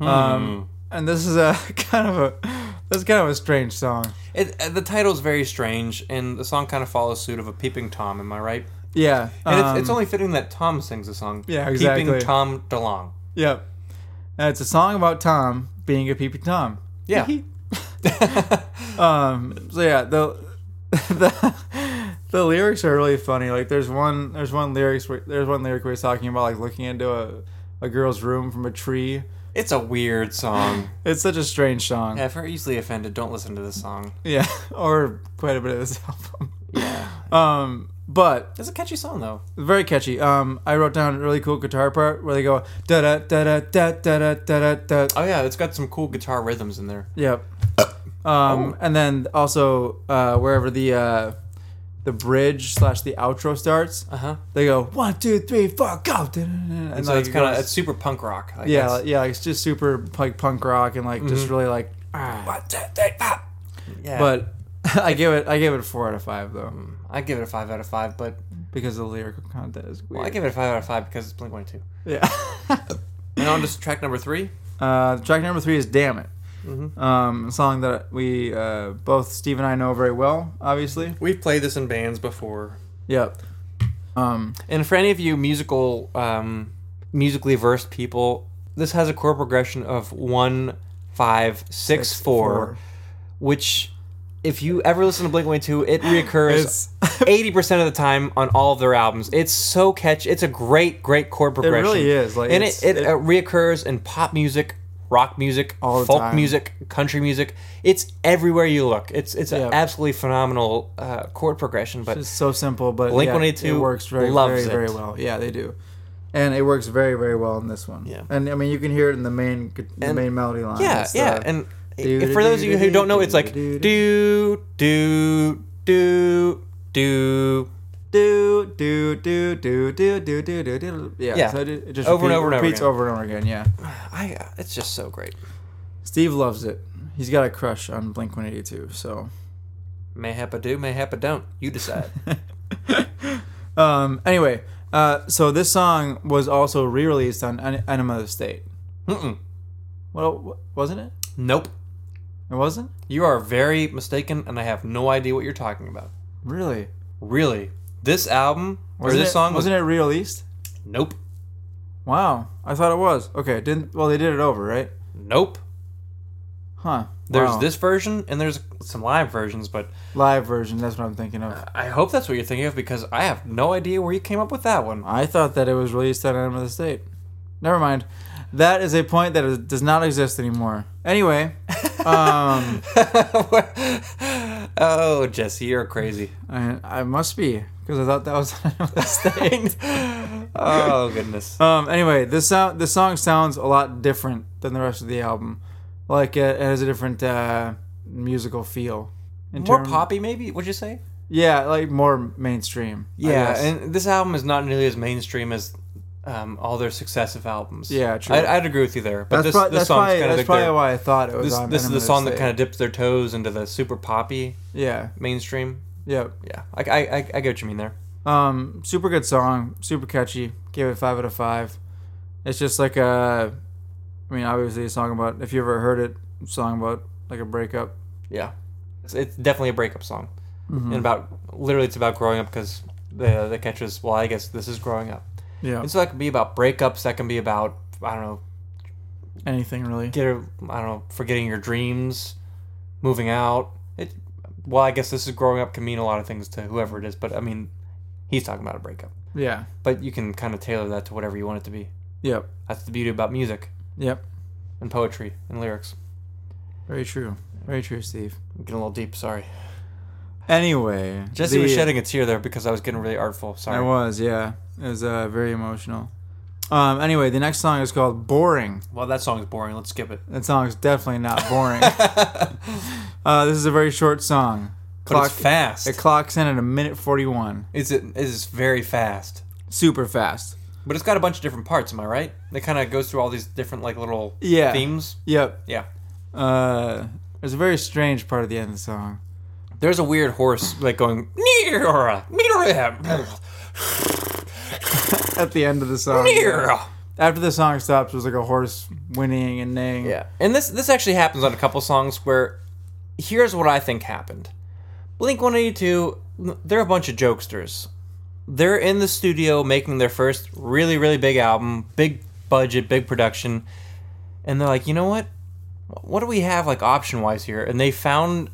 Speaker 3: Um, and this is a (laughs) kind of a this is kind of a strange song.
Speaker 2: It, uh, the title's very strange, and the song kind of follows suit of a peeping tom. Am I right?
Speaker 3: Yeah,
Speaker 2: And
Speaker 3: um,
Speaker 2: it's, it's only fitting that Tom sings the song.
Speaker 3: Yeah,
Speaker 2: Peeping
Speaker 3: exactly.
Speaker 2: Tom DeLong.
Speaker 3: yep. And it's a song about Tom being a peepee Tom.
Speaker 2: Yeah.
Speaker 3: Um. So yeah, the (laughs) the the lyrics are really funny. Like there's one there's one lyrics where, there's one lyric where he's talking about like looking into a a girl's room from a tree.
Speaker 2: (laughs) It's a weird song.
Speaker 3: It's such a strange song.
Speaker 2: Yeah, if you're easily offended, don't listen to this song.
Speaker 3: Yeah, (laughs) or quite a bit of this album. Yeah. Um, but
Speaker 2: It's a catchy song, though.
Speaker 3: very catchy. Um, I wrote down a really cool guitar part where they go da da da da da da da da da. da.
Speaker 2: Oh, yeah, it's got some cool guitar rhythms in there.
Speaker 3: Yep.
Speaker 2: Uh, oh.
Speaker 3: Um, and then also uh, wherever the uh, the bridge slash the outro starts,
Speaker 2: Uh huh.
Speaker 3: they go one two three four go, (laughs) Da, da, da, da. and,
Speaker 2: And so
Speaker 3: like,
Speaker 2: it's kind
Speaker 3: goes-
Speaker 2: of it's super punk rock. I
Speaker 3: yeah
Speaker 2: guess. Mm-hmm.
Speaker 3: yeah like, it's just super like punk rock and like just really like ah. one two three four.
Speaker 2: yeah.
Speaker 3: But (laughs) I give it I give it a four out of five though
Speaker 2: I give it a five out of five. But
Speaker 3: because the lyrical content is weird.
Speaker 2: well, I give it a five out of five because it's Blink One Two.
Speaker 3: (laughs) Yeah.
Speaker 2: And on to track number three.
Speaker 3: Uh, track number three is "Damn It,"
Speaker 2: Mm-hmm.
Speaker 3: um, a song that we uh, both Steve and I know very well, obviously.
Speaker 2: We've played this in bands before.
Speaker 3: Yep. Um,
Speaker 2: And for any of you musical, um, musically versed people, this has a chord progression of one, five, six, four,
Speaker 3: Six, four.
Speaker 2: which, if you ever listen to Blink One Two,
Speaker 3: (laughs)
Speaker 2: it reoccurs eighty percent of the time on all of their albums. It's so catchy. It's a great, great chord progression.
Speaker 3: really is, like,
Speaker 2: and
Speaker 3: it's-
Speaker 2: it, it,
Speaker 3: it-
Speaker 2: uh, reoccurs in pop music. Rock music,
Speaker 3: All the
Speaker 2: folk
Speaker 3: time.
Speaker 2: music, country music—it's everywhere you look. It's it's
Speaker 3: Yeah.
Speaker 2: an absolutely phenomenal uh, chord progression. But
Speaker 3: it's so simple, but
Speaker 2: Blink
Speaker 3: yeah,
Speaker 2: 182
Speaker 3: it works very,
Speaker 2: loves
Speaker 3: very,
Speaker 2: it.
Speaker 3: very well. Yeah, they do, and it works very, very well in this one.
Speaker 2: Yeah.
Speaker 3: And I mean, you can hear it in the main, the
Speaker 2: And-
Speaker 3: main melody line.
Speaker 2: Yeah,
Speaker 3: It's,
Speaker 2: yeah.
Speaker 3: uh,
Speaker 2: And
Speaker 3: doo
Speaker 2: if-
Speaker 3: doo
Speaker 2: for those of
Speaker 3: doo
Speaker 2: you who
Speaker 3: doo
Speaker 2: don't know, it's
Speaker 3: doo
Speaker 2: like
Speaker 3: doo
Speaker 2: do
Speaker 3: doo
Speaker 2: do do do.
Speaker 3: do do do do do do do do do. Yeah.
Speaker 2: Yeah.
Speaker 3: So it, it just
Speaker 2: Over and over
Speaker 3: repeat-
Speaker 2: and over
Speaker 3: repeats
Speaker 2: again.
Speaker 3: over and over again. Yeah.
Speaker 2: I uh, it's just so great.
Speaker 3: Steve loves it. He's got a crush on Blink 182. So.
Speaker 2: Mayhap I do, mayhap I don't. You
Speaker 3: (laughs)
Speaker 2: decide.
Speaker 3: Um. Anyway, uh, so this song was also re-released on An- Enema of the State.
Speaker 2: Mm-mm.
Speaker 3: Well, wh- wasn't it?
Speaker 2: nope.
Speaker 3: It wasn't.
Speaker 2: You are very mistaken, and I have no idea what you're talking about.
Speaker 3: Really?
Speaker 2: Really, this album or
Speaker 3: Wasn't
Speaker 2: this
Speaker 3: it-
Speaker 2: song
Speaker 3: wasn't it re-released?
Speaker 2: was nope,
Speaker 3: Wow, I thought it was. Okay, didn't. Well, they did it over, right?
Speaker 2: nope.
Speaker 3: Huh.
Speaker 2: There's
Speaker 3: Wow.
Speaker 2: this version and there's some live versions, but
Speaker 3: live version. That's what I'm thinking of.
Speaker 2: I hope that's what you're thinking of because I have no idea where you came up with that one. (laughs)
Speaker 3: I thought that it was released on Enema of the State. Never mind. That is a point that is, does not exist anymore.
Speaker 2: (laughs)
Speaker 3: Anyway, um,
Speaker 2: oh, Jesse, you're crazy.
Speaker 3: I, I must be because I thought that was (laughs) on Enema of the
Speaker 2: (laughs)
Speaker 3: State.
Speaker 2: oh goodness.
Speaker 3: Um, anyway, this sound this song sounds a lot different than the rest of the album. Like it, it has a different uh, musical feel. In
Speaker 2: More
Speaker 3: term-
Speaker 2: poppy, maybe? Would you say?
Speaker 3: Yeah, like more mainstream. I guess.
Speaker 2: and this album is not nearly as mainstream as um, all their successive albums.
Speaker 3: Yeah, true.
Speaker 2: I'd, I'd agree with you there. But
Speaker 3: that's,
Speaker 2: this,
Speaker 3: prob-
Speaker 2: this
Speaker 3: that's
Speaker 2: song's
Speaker 3: probably,
Speaker 2: kind of
Speaker 3: that's
Speaker 2: like
Speaker 3: probably
Speaker 2: their,
Speaker 3: why I thought it was.
Speaker 2: this,
Speaker 3: on
Speaker 2: this is the
Speaker 3: Enema
Speaker 2: song
Speaker 3: of
Speaker 2: that
Speaker 3: State.
Speaker 2: kind of dips their toes into the super poppy
Speaker 3: yeah,
Speaker 2: mainstream.
Speaker 3: yeah.
Speaker 2: Yeah, I, I, I, I get what you mean there.
Speaker 3: Um, super good song, super catchy. Gave it five out of five. It's just like a, I mean, obviously a song about if you ever heard it, a song about like a breakup.
Speaker 2: Yeah, it's, it's definitely a breakup song,
Speaker 3: Hmm.
Speaker 2: and about literally it's about growing up because the the catch is well, I guess this is growing up.
Speaker 3: Yeah,
Speaker 2: And so that can be about breakups. That can be about I don't know,
Speaker 3: anything really.
Speaker 2: get a, I don't know, forgetting your dreams, moving out. It well, I guess this is growing up can mean a lot of things to whoever it is, but I mean, he's talking about a breakup.
Speaker 3: Yeah.
Speaker 2: But you can kind of tailor that to whatever you want it to be.
Speaker 3: Yep.
Speaker 2: That's the beauty about music
Speaker 3: Yep.
Speaker 2: and poetry and lyrics.
Speaker 3: Very true. Very true, Steve.
Speaker 2: I'm getting a little deep. Sorry,
Speaker 3: Anyway,
Speaker 2: Jesse
Speaker 3: the- uh,
Speaker 2: was shedding a tear there because I was getting really artful.
Speaker 3: I
Speaker 2: Sorry.
Speaker 3: was, yeah. It was uh, very emotional. Um, anyway, the next song is called "Boring."
Speaker 2: well, that song is boring. Let's skip (laughs) it.
Speaker 3: That song is definitely not
Speaker 2: (laughs)
Speaker 3: boring. uh, this is a very short song.
Speaker 2: But it's fast.
Speaker 3: It clocks in at a minute forty-one.
Speaker 2: It's it is very fast.
Speaker 3: Super fast.
Speaker 2: But it's got a bunch of different parts, am I right? It kind of goes through all these different like little
Speaker 3: Yeah.
Speaker 2: themes.
Speaker 3: Yep.
Speaker 2: Yeah.
Speaker 3: Uh, there's a very strange part at the end of the song.
Speaker 2: There's a weird horse like going near near
Speaker 3: At the end of the song.
Speaker 2: near.
Speaker 3: after the song stops, there's like a horse whinnying and neighing.
Speaker 2: Yeah, and this this actually happens on a couple songs where here's what I think happened. Blink 182, they're a bunch of jokesters. They're in the studio making their first really really big album, big budget, big production, and they're like, you know what? What do we have like option wise here? And they found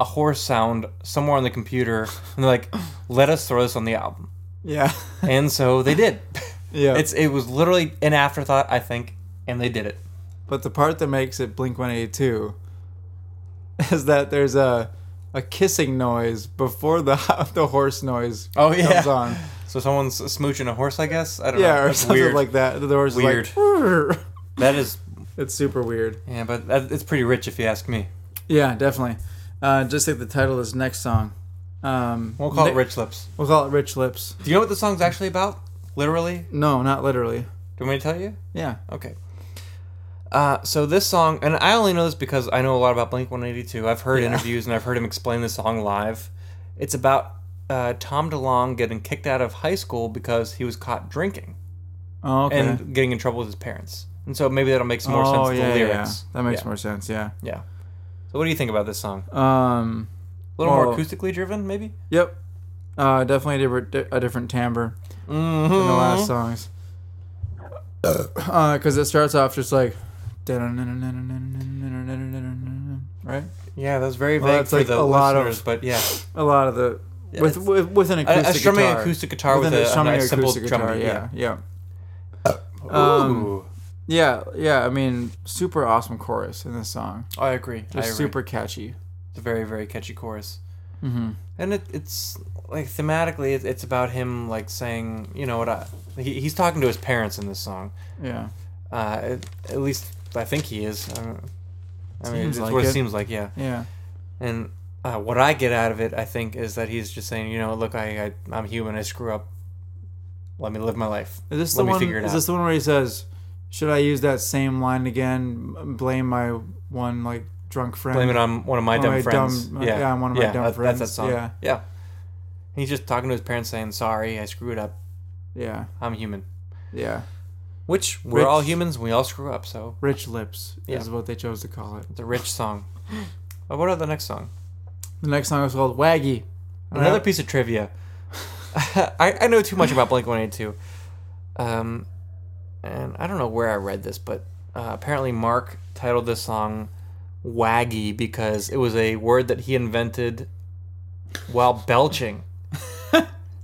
Speaker 2: a horse sound somewhere on the computer, and they're like, let us throw this on the album.
Speaker 3: yeah, (laughs)
Speaker 2: And so they did.
Speaker 3: yeah.
Speaker 2: It's it was literally an afterthought, I think, and they did it.
Speaker 3: But the part that makes it Blink 182 (laughs) is that there's a a kissing noise before the (laughs) the horse noise
Speaker 2: Oh,
Speaker 3: comes
Speaker 2: yeah. (laughs)
Speaker 3: on.
Speaker 2: So someone's smooching a horse, I guess. I don't know.
Speaker 3: Yeah, or
Speaker 2: That's
Speaker 3: something
Speaker 2: weird.
Speaker 3: like that. The horse is like,
Speaker 2: That is,
Speaker 3: it's super weird.
Speaker 2: yeah, but that, it's pretty rich if you ask me.
Speaker 3: Yeah, definitely. Uh, just like the title of this next song. Um,
Speaker 2: We'll call it
Speaker 3: Nick-
Speaker 2: Rich Lips.
Speaker 3: We'll call it Rich Lips.
Speaker 2: Do you know what the song's actually about? Literally?
Speaker 3: No, not literally.
Speaker 2: Do you want me to tell you?
Speaker 3: Yeah.
Speaker 2: Okay. Uh, so this song, and I only know this because I know a lot about Blink 182. I've heard interviews and I've heard him explain this song live. It's about uh, Tom DeLonge getting kicked out of high school because he was caught drinking
Speaker 3: Oh, okay.
Speaker 2: and getting in trouble with his parents. And so maybe that'll make some more
Speaker 3: oh,
Speaker 2: sense to
Speaker 3: yeah,
Speaker 2: the
Speaker 3: yeah,
Speaker 2: lyrics.
Speaker 3: yeah. That makes
Speaker 2: yeah.
Speaker 3: more sense. Yeah.
Speaker 2: Yeah. So what do you think about this song?
Speaker 3: Um.
Speaker 2: A little more
Speaker 3: Well-
Speaker 2: acoustically driven, maybe?
Speaker 3: Yep. Uh, definitely a different, a different timbre
Speaker 2: Mm-hmm.
Speaker 3: than the last songs. Because it starts off just like, right?
Speaker 2: Yeah, that was very vague
Speaker 3: Well, that's
Speaker 2: for
Speaker 3: like
Speaker 2: the
Speaker 3: a lot of-
Speaker 2: listeners, but yeah,
Speaker 3: A lot of the
Speaker 2: Yeah,
Speaker 3: with,
Speaker 2: it's-
Speaker 3: with with an
Speaker 2: a, a
Speaker 3: acoustic
Speaker 2: strumming
Speaker 3: guitar,
Speaker 2: acoustic guitar with,
Speaker 3: an-
Speaker 2: a, a
Speaker 3: strumming
Speaker 2: nice simple
Speaker 3: acoustic
Speaker 2: drum beat.
Speaker 3: Yeah,
Speaker 2: Yeah.
Speaker 3: yeah,
Speaker 2: Um,
Speaker 3: yeah, yeah. I mean, super awesome chorus in this song.
Speaker 2: I agree. I
Speaker 3: Just
Speaker 2: agree.
Speaker 3: super catchy.
Speaker 2: It's a very very catchy chorus. Mm-hmm. And it, it's like thematically, it, it's about him like saying, you know what? I, he, he's talking to his parents in this song.
Speaker 3: Yeah,
Speaker 2: Uh, at, at least I think he is. I, don't, I mean,
Speaker 3: Seems
Speaker 2: it's
Speaker 3: like
Speaker 2: what it
Speaker 3: it.
Speaker 2: seems like. Yeah.
Speaker 3: yeah,
Speaker 2: And uh, what I get out of it, I think, is that he's just saying, you know, look, I, I I'm human. I screw up. Let me live my life.
Speaker 3: Is this
Speaker 2: Let
Speaker 3: the
Speaker 2: me
Speaker 3: one?
Speaker 2: figure it
Speaker 3: Is
Speaker 2: out.
Speaker 3: this the one where he says, "Should I use that same line again? m- Blame my one like drunk friend."
Speaker 2: blame it on one of my
Speaker 3: One of
Speaker 2: dumb
Speaker 3: my
Speaker 2: friends.
Speaker 3: dumb- uh, yeah, I'm one of my dumb
Speaker 2: that-
Speaker 3: friends.
Speaker 2: That's that song.
Speaker 3: Yeah.
Speaker 2: Yeah. He's just talking to his parents, saying, "Sorry, I screwed up.
Speaker 3: Yeah,
Speaker 2: I'm human."
Speaker 3: yeah.
Speaker 2: Which we're
Speaker 3: Rich-
Speaker 2: all humans. We all screw up. So
Speaker 3: Rich lips
Speaker 2: Yeah.
Speaker 3: is what they chose to call it.
Speaker 2: it's a rich
Speaker 3: (laughs)
Speaker 2: song. Uh, what about the next song?
Speaker 3: The next song is called Waggy.
Speaker 2: Another piece of trivia. (laughs) I, I know too much about Blink One Eight Two, um, and I don't know where I read this, but uh, apparently Mark titled this song "Waggy" because it was a word that he invented while
Speaker 3: (laughs)
Speaker 2: belching.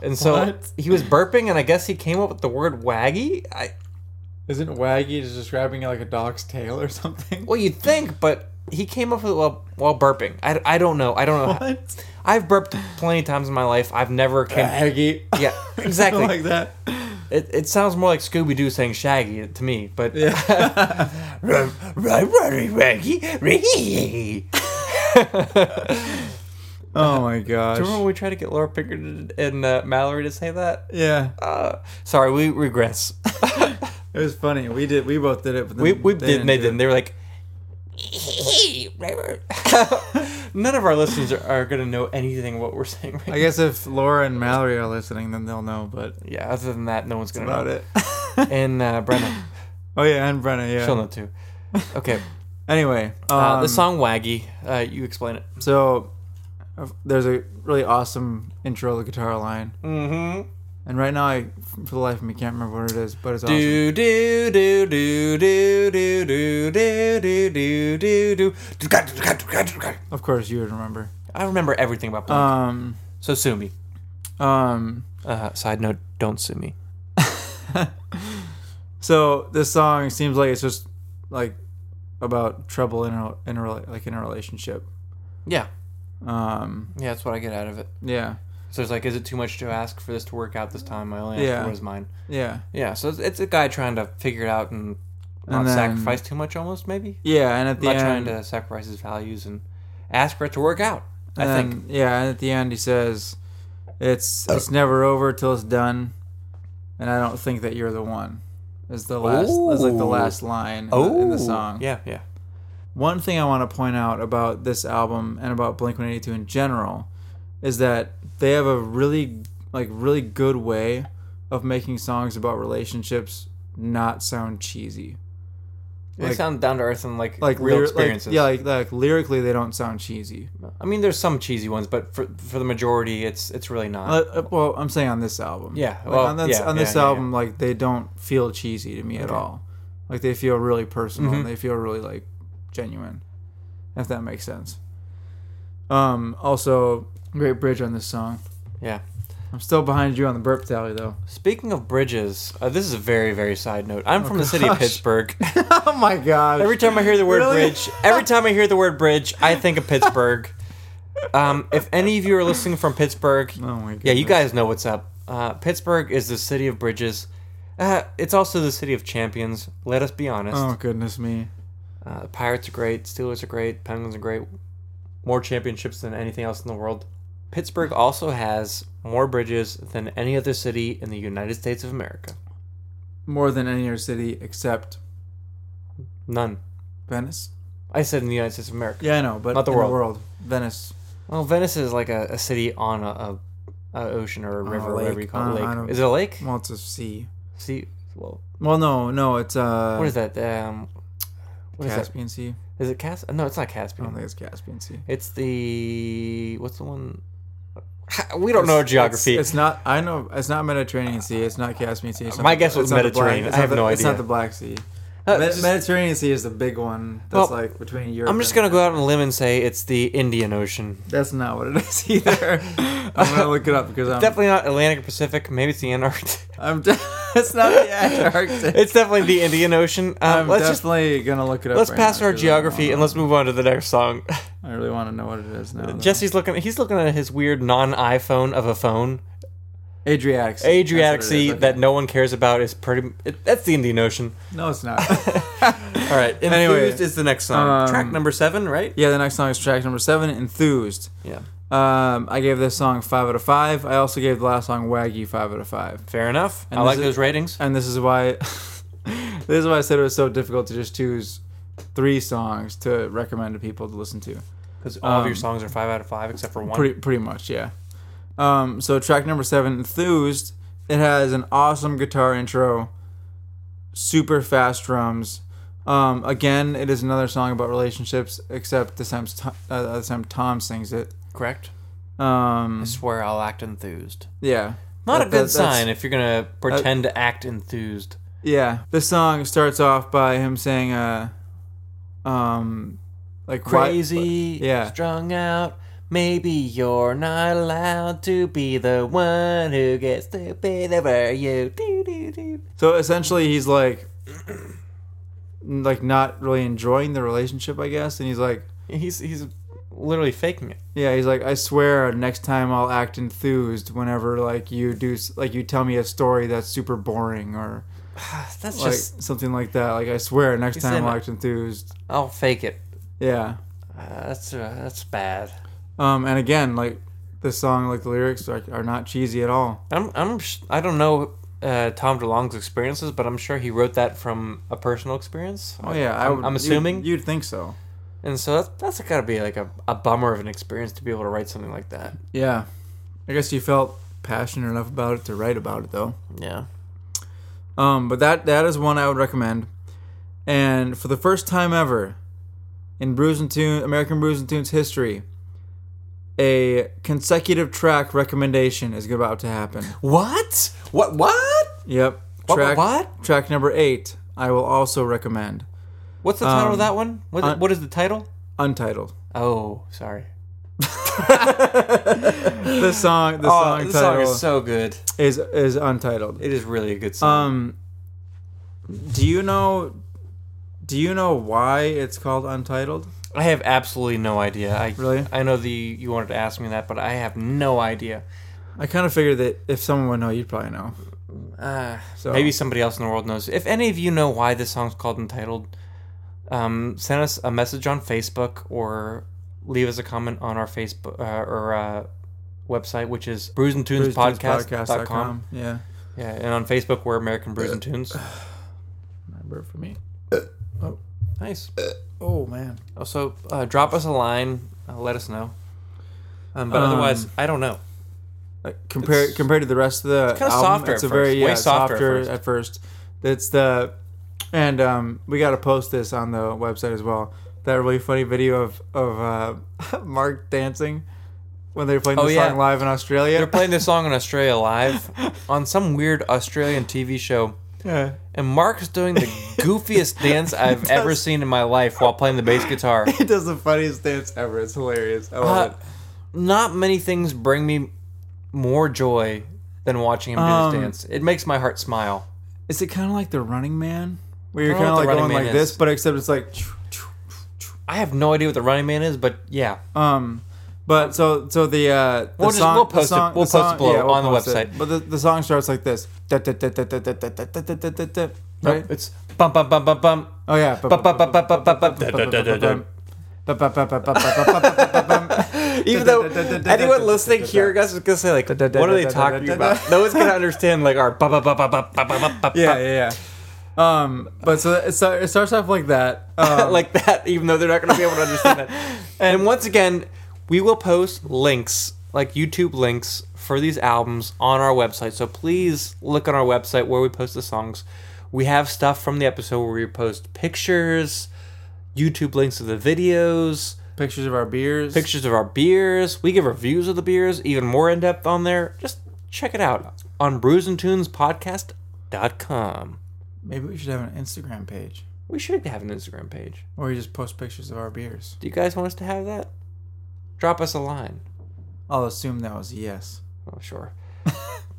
Speaker 2: And so
Speaker 3: What?
Speaker 2: he was burping, and I guess he came up with the word "waggy." I,
Speaker 3: Isn't Waggy just describing like a dog's tail or something?
Speaker 2: well, you'd think, but he came up with it while, while burping. I, I don't know. I don't know. how-
Speaker 3: (laughs) What?
Speaker 2: I've burped plenty of times in my life. I've never came.
Speaker 3: (laughs) Waggy.
Speaker 2: Yeah, exactly.
Speaker 3: (laughs) like that.
Speaker 2: It, it sounds more like Scooby Doo saying Shaggy to me, but (laughs)
Speaker 3: (laughs) Oh my
Speaker 2: remember
Speaker 3: gosh.
Speaker 2: when we tried to get Laura Pinkert and uh, Mallory to say that?
Speaker 3: Yeah,
Speaker 2: Uh, sorry, we regress. (laughs)
Speaker 3: it was funny. We did. We both did it. But then
Speaker 2: we we
Speaker 3: they
Speaker 2: did, and they
Speaker 3: do
Speaker 2: didn't.
Speaker 3: it.
Speaker 2: They were like, (laughs) none of our listeners are, are gonna know anything what we're saying. Right
Speaker 3: I guess if Laura and Mallory are listening, then they'll know. But
Speaker 2: now. Yeah, other than that, no one's gonna
Speaker 3: about
Speaker 2: know. (laughs)
Speaker 3: it. (laughs)
Speaker 2: And uh, Brenna,
Speaker 3: oh yeah, and Brenna. Yeah.
Speaker 2: she'll know too. Okay,
Speaker 3: Anyway, um,
Speaker 2: uh, the song "Waggy," uh, you explain it.
Speaker 3: So uh, there's a really awesome intro to guitar line,
Speaker 2: Mm-hmm.
Speaker 3: and right now I, for the life of me, can't remember what it is, but it's awesome.
Speaker 2: Do do do do do do do do do do do do.
Speaker 3: Of course, you would remember.
Speaker 2: I remember everything about Blink.
Speaker 3: Um,
Speaker 2: so sue me.
Speaker 3: um.
Speaker 2: Uh, side note: Don't sue me.
Speaker 3: So this song seems like it's just like about trouble in a in a rela- like in a relationship.
Speaker 2: Yeah,
Speaker 3: Um.
Speaker 2: yeah, that's what I get out of it.
Speaker 3: Yeah.
Speaker 2: So it's like, is it too much to ask for this to work out this time? I only asked
Speaker 3: Yeah.
Speaker 2: for what is mine.
Speaker 3: Yeah.
Speaker 2: Yeah, so it's, it's a guy trying to figure it out and not
Speaker 3: And then-
Speaker 2: sacrifice too much, almost maybe.
Speaker 3: Yeah. And at the
Speaker 2: Not
Speaker 3: end,
Speaker 2: trying to sacrifice his values and ask for it to work out. I
Speaker 3: and
Speaker 2: think.
Speaker 3: Yeah. And at the end, he says, "It's
Speaker 2: Oh.
Speaker 3: it's never over till it's done," and I don't think that you're the one. Is the last is like the
Speaker 2: Ooh.
Speaker 3: last line in the- in the song.
Speaker 2: Oh. Yeah, yeah.
Speaker 3: One thing I want to point out about this album and about Blink 182 in general is that they have a really like really good way of making songs about relationships not sound cheesy.
Speaker 2: They
Speaker 3: Like-
Speaker 2: sound down to earth and like
Speaker 3: Like
Speaker 2: real
Speaker 3: lyri- like-
Speaker 2: experiences.
Speaker 3: yeah, like, like lyrically they don't sound cheesy.
Speaker 2: I mean, there's some cheesy ones, but for for the majority, it's it's really not.
Speaker 3: Uh, uh, well, I'm saying on this album.
Speaker 2: Yeah,
Speaker 3: Like,
Speaker 2: well,
Speaker 3: on this,
Speaker 2: yeah,
Speaker 3: on
Speaker 2: yeah,
Speaker 3: this
Speaker 2: yeah, yeah.
Speaker 3: album, like they don't feel cheesy to me at all. Like they feel really personal.
Speaker 2: Mm-hmm.
Speaker 3: and They feel really like genuine. If that makes sense. Um. Also, great bridge on this song.
Speaker 2: yeah.
Speaker 3: I'm still behind you on the burp tally
Speaker 2: (laughs)
Speaker 3: though.
Speaker 2: Speaking of bridges, uh, this is a very very side note. I'm
Speaker 3: (laughs)
Speaker 2: from the city of
Speaker 3: Oh gosh.
Speaker 2: Pittsburgh.
Speaker 3: oh my god.
Speaker 2: Every time I hear the word
Speaker 3: Really?
Speaker 2: bridge, every time I hear the word bridge, I think of
Speaker 3: (laughs)
Speaker 2: Pittsburgh. Um, if any of you are listening from Pittsburgh,
Speaker 3: Oh my
Speaker 2: yeah, you
Speaker 3: goodness.
Speaker 2: guys know what's up. Uh, Pittsburgh is the city of bridges. Uh, it's also the city of champions. Let us be honest.
Speaker 3: Oh goodness me.
Speaker 2: Uh, the Pirates are great. Steelers are great. Penguins are great. More championships than anything else in the world. Pittsburgh also has more bridges than any other city in the United States of America.
Speaker 3: More than any other city except
Speaker 2: None.
Speaker 3: Venice.
Speaker 2: I said in the United States of America.
Speaker 3: Yeah, I know, but
Speaker 2: Not the
Speaker 3: in
Speaker 2: world.
Speaker 3: the world. Venice.
Speaker 2: Well, Venice is like a, a city on a, a, a ocean or a river,
Speaker 3: lake.
Speaker 2: whatever you call it.
Speaker 3: Uh,
Speaker 2: Lake.
Speaker 3: I don't-
Speaker 2: is it a lake?
Speaker 3: Well, it's a sea.
Speaker 2: See, well,
Speaker 3: Well, no, no, it's uh,
Speaker 2: what is that? Um, what is that?
Speaker 3: Caspian Sea.
Speaker 2: Is it Cas? No, it's not
Speaker 3: I don't
Speaker 2: Caspian.
Speaker 3: think it's Caspian Sea.
Speaker 2: It's the what's the one? We don't know geography.
Speaker 3: It's, it's not. I know. It's not Mediterranean Sea. It's not Caspian Sea. it's not
Speaker 2: My
Speaker 3: the-
Speaker 2: guess was
Speaker 3: it's not the
Speaker 2: Mediterranean.
Speaker 3: Black-
Speaker 2: I have
Speaker 3: it's not
Speaker 2: no
Speaker 3: the- It's not
Speaker 2: idea.
Speaker 3: the Black Sea.
Speaker 2: Uh,
Speaker 3: Med-
Speaker 2: just-
Speaker 3: Mediterranean Sea is the big one that's
Speaker 2: Well,
Speaker 3: like between Europe.
Speaker 2: I'm just
Speaker 3: and-
Speaker 2: gonna go out on a limb and say it's the Indian Ocean.
Speaker 3: That's not what it
Speaker 2: (laughs)
Speaker 3: is (laughs) either. I'm gonna look it up because I'm
Speaker 2: Definitely not Atlantic or Pacific. Maybe it's the Antarctic.
Speaker 3: I'm. De- (laughs) it's not the Antarctic.
Speaker 2: it's definitely the Indian Ocean. Um,
Speaker 3: I'm
Speaker 2: let's just
Speaker 3: definitely gonna look it up.
Speaker 2: let's
Speaker 3: right
Speaker 2: pass
Speaker 3: now
Speaker 2: our
Speaker 3: 'cause I don't
Speaker 2: geography
Speaker 3: know.
Speaker 2: and let's move on to the next
Speaker 3: (laughs)
Speaker 2: song.
Speaker 3: I really want to know what it is now. though.
Speaker 2: Jesse's looking. He's looking at his weird non-iPhone of a phone.
Speaker 3: Adriatic Sea.
Speaker 2: Adriatic
Speaker 3: That's what it is,
Speaker 2: Sea
Speaker 3: okay.
Speaker 2: that no one cares about is pretty. It, that's the Indian Ocean.
Speaker 3: No,
Speaker 2: (laughs)
Speaker 3: it's not.
Speaker 2: All right. Enthused
Speaker 3: Anyway,
Speaker 2: is the next song.
Speaker 3: um,
Speaker 2: Track number seven, right?
Speaker 3: yeah, the next song is track number seven, Enthused.
Speaker 2: Yeah.
Speaker 3: Um, I gave this song five out of five. I also gave the last song Waggy five out of five,
Speaker 2: Fair enough.
Speaker 3: And
Speaker 2: I
Speaker 3: this
Speaker 2: like
Speaker 3: is-
Speaker 2: those ratings.
Speaker 3: and this is why (laughs) this is why I said it was so difficult to just choose three songs to recommend to people to listen to.
Speaker 2: Because all of your
Speaker 3: um,
Speaker 2: songs are five out of five except for one.
Speaker 3: Pretty pretty much, yeah. Um, so track number seven, Enthused. It has an awesome guitar intro, super fast drums. Um, again, it is another song about relationships, except this time, Tom- uh, this time Tom sings it.
Speaker 2: correct.
Speaker 3: Um,
Speaker 2: I swear I'll act enthused.
Speaker 3: yeah,
Speaker 2: Not a good
Speaker 3: That- that- that's-
Speaker 2: sign if you're gonna pretend to act enthused.
Speaker 3: Yeah, this song starts off by him saying, uh, um, like why-
Speaker 2: Crazy,
Speaker 3: yeah.
Speaker 2: strung out. Maybe you're not allowed to be the one who gets stupid over you. Doo, doo, doo.
Speaker 3: so essentially, he's like, (clears throat) n- like not really enjoying the relationship, I guess. And he's like,
Speaker 2: He's he's literally faking
Speaker 3: (sighs)
Speaker 2: it.
Speaker 3: yeah, he's like, I swear, next time I'll act enthused whenever like you do, s- like you tell me a story that's super boring or
Speaker 2: That's
Speaker 3: like
Speaker 2: just
Speaker 3: something like that. Like I swear, next
Speaker 2: He's
Speaker 3: time
Speaker 2: in-
Speaker 3: I'll act enthused.
Speaker 2: I'll fake it.
Speaker 3: Yeah.
Speaker 2: Uh, that's uh, that's bad.
Speaker 3: Um, and again, like this song, like the lyrics like, are not cheesy at all.
Speaker 2: I'm I'm sh- I don't know uh, Tom DeLonge's experiences, but I'm sure he wrote that from a personal experience.
Speaker 3: Oh yeah, I
Speaker 2: I'm,
Speaker 3: would,
Speaker 2: I'm
Speaker 3: you'd-
Speaker 2: assuming.
Speaker 3: you'd think so.
Speaker 2: and so that's, that's got to be like a, a bummer of an experience to be able to write something like that.
Speaker 3: Yeah. I guess you felt passionate enough about it to write about it though.
Speaker 2: Yeah.
Speaker 3: Um, but that that is one I would recommend. And for the first time ever in Brews and Tune American Brews and Tunes history, a consecutive track recommendation is about to happen.
Speaker 2: What? What? What?
Speaker 3: Yep.
Speaker 2: What-
Speaker 3: Track
Speaker 2: what?
Speaker 3: track number eight I will also recommend.
Speaker 2: What's the title
Speaker 3: Um,
Speaker 2: of that one? What,
Speaker 3: uh,
Speaker 2: what is the title?
Speaker 3: Untitled.
Speaker 2: Oh, sorry.
Speaker 3: The song the
Speaker 2: Oh,
Speaker 3: song
Speaker 2: this song
Speaker 3: title
Speaker 2: is so good.
Speaker 3: is is untitled.
Speaker 2: It is really a good song.
Speaker 3: Um, do you know? Do you know why it's called Untitled?
Speaker 2: I have absolutely no idea. I
Speaker 3: Really?
Speaker 2: I know the you wanted to ask me that, but I have no idea.
Speaker 3: I kind of figured that if someone would know, you'd probably know.
Speaker 2: Uh,
Speaker 3: So
Speaker 2: Maybe somebody else in the world knows. If any of you know why this song's called Entitled, um, send us a message on Facebook or leave us a comment on our Facebook uh, or uh, website, which is bruisintunespodcast.com.
Speaker 3: BruisedTunesPodcast.com. Yeah,
Speaker 2: Yeah, and on Facebook, we're American Brews
Speaker 3: Uh,
Speaker 2: and Tunes.
Speaker 3: remember for me.
Speaker 2: Nice.
Speaker 3: Oh man.
Speaker 2: Also, uh, drop us a line. Uh, let us know. Um, but
Speaker 3: Um,
Speaker 2: otherwise, I don't know.
Speaker 3: Like, compared
Speaker 2: It's-
Speaker 3: compared to the rest of the
Speaker 2: kinda
Speaker 3: album,
Speaker 2: softer
Speaker 3: it's
Speaker 2: at
Speaker 3: a very
Speaker 2: first. Way
Speaker 3: yeah,
Speaker 2: softer at
Speaker 3: softer
Speaker 2: first.
Speaker 3: at first. It's the and um, we got to post this on the website as well. That really funny video of of uh, (laughs) Mark dancing when they were playing
Speaker 2: Oh,
Speaker 3: the
Speaker 2: yeah.
Speaker 3: song live in Australia.
Speaker 2: They're playing this song in Australia live on some weird Australian TV show.
Speaker 3: (laughs) yeah.
Speaker 2: And Mark's doing the goofiest dance I've ever seen in my life while playing the bass
Speaker 3: (laughs)
Speaker 2: guitar.
Speaker 3: He does the funniest dance ever. It's hilarious. I love
Speaker 2: Uh,
Speaker 3: it.
Speaker 2: not many things bring me more joy than watching him do
Speaker 3: Um,
Speaker 2: this dance. It makes my heart smile.
Speaker 3: Is it kind of like the Running Man, where you're
Speaker 2: I don't
Speaker 3: kind
Speaker 2: know what
Speaker 3: of like
Speaker 2: The
Speaker 3: going
Speaker 2: Running Man
Speaker 3: like this,
Speaker 2: is.
Speaker 3: but except it's like,
Speaker 2: I have no idea what the running man is, but yeah.
Speaker 3: um, but so so the uh, the
Speaker 2: We'll just-
Speaker 3: song,
Speaker 2: we'll
Speaker 3: the
Speaker 2: post it-
Speaker 3: song-
Speaker 2: we'll
Speaker 3: the
Speaker 2: post it
Speaker 3: song-
Speaker 2: below
Speaker 3: we'll
Speaker 2: on the
Speaker 3: post it.
Speaker 2: website.
Speaker 3: But the, the song starts like this, right?
Speaker 2: Nope, It's bum bum bum bum bum.
Speaker 3: Oh yeah.
Speaker 2: Bum, bum, bum, bum, bum, bum, bum, da, da, da, da, da.
Speaker 3: (laughs)
Speaker 2: (laughs) Even though anyone listening hearing us is gonna say like, what are they talking about? No one's gonna understand like our bum bum bum bum bum bum bum bum.
Speaker 3: Yeah, yeah, yeah. Um, but so it, start, it starts off like
Speaker 2: (laughs)
Speaker 3: that. Um,
Speaker 2: like that, even though they're not going to be able to understand that. and, once again, we will post links, like YouTube links, for these albums on our website. So please look on our website where we post the songs. We have stuff from the episode where we post pictures, YouTube links to the videos,
Speaker 3: pictures of our beers.
Speaker 2: pictures of our beers. We give reviews of the beers, even more in depth on there. Just check it out on bruiseandtunespodcast.com.
Speaker 3: Maybe we should have an Instagram page
Speaker 2: We should have an Instagram page.
Speaker 3: where we just post pictures of our beers.
Speaker 2: Do you guys want us to have that? Drop us a line.
Speaker 3: I'll assume that was a yes.
Speaker 2: Oh, sure.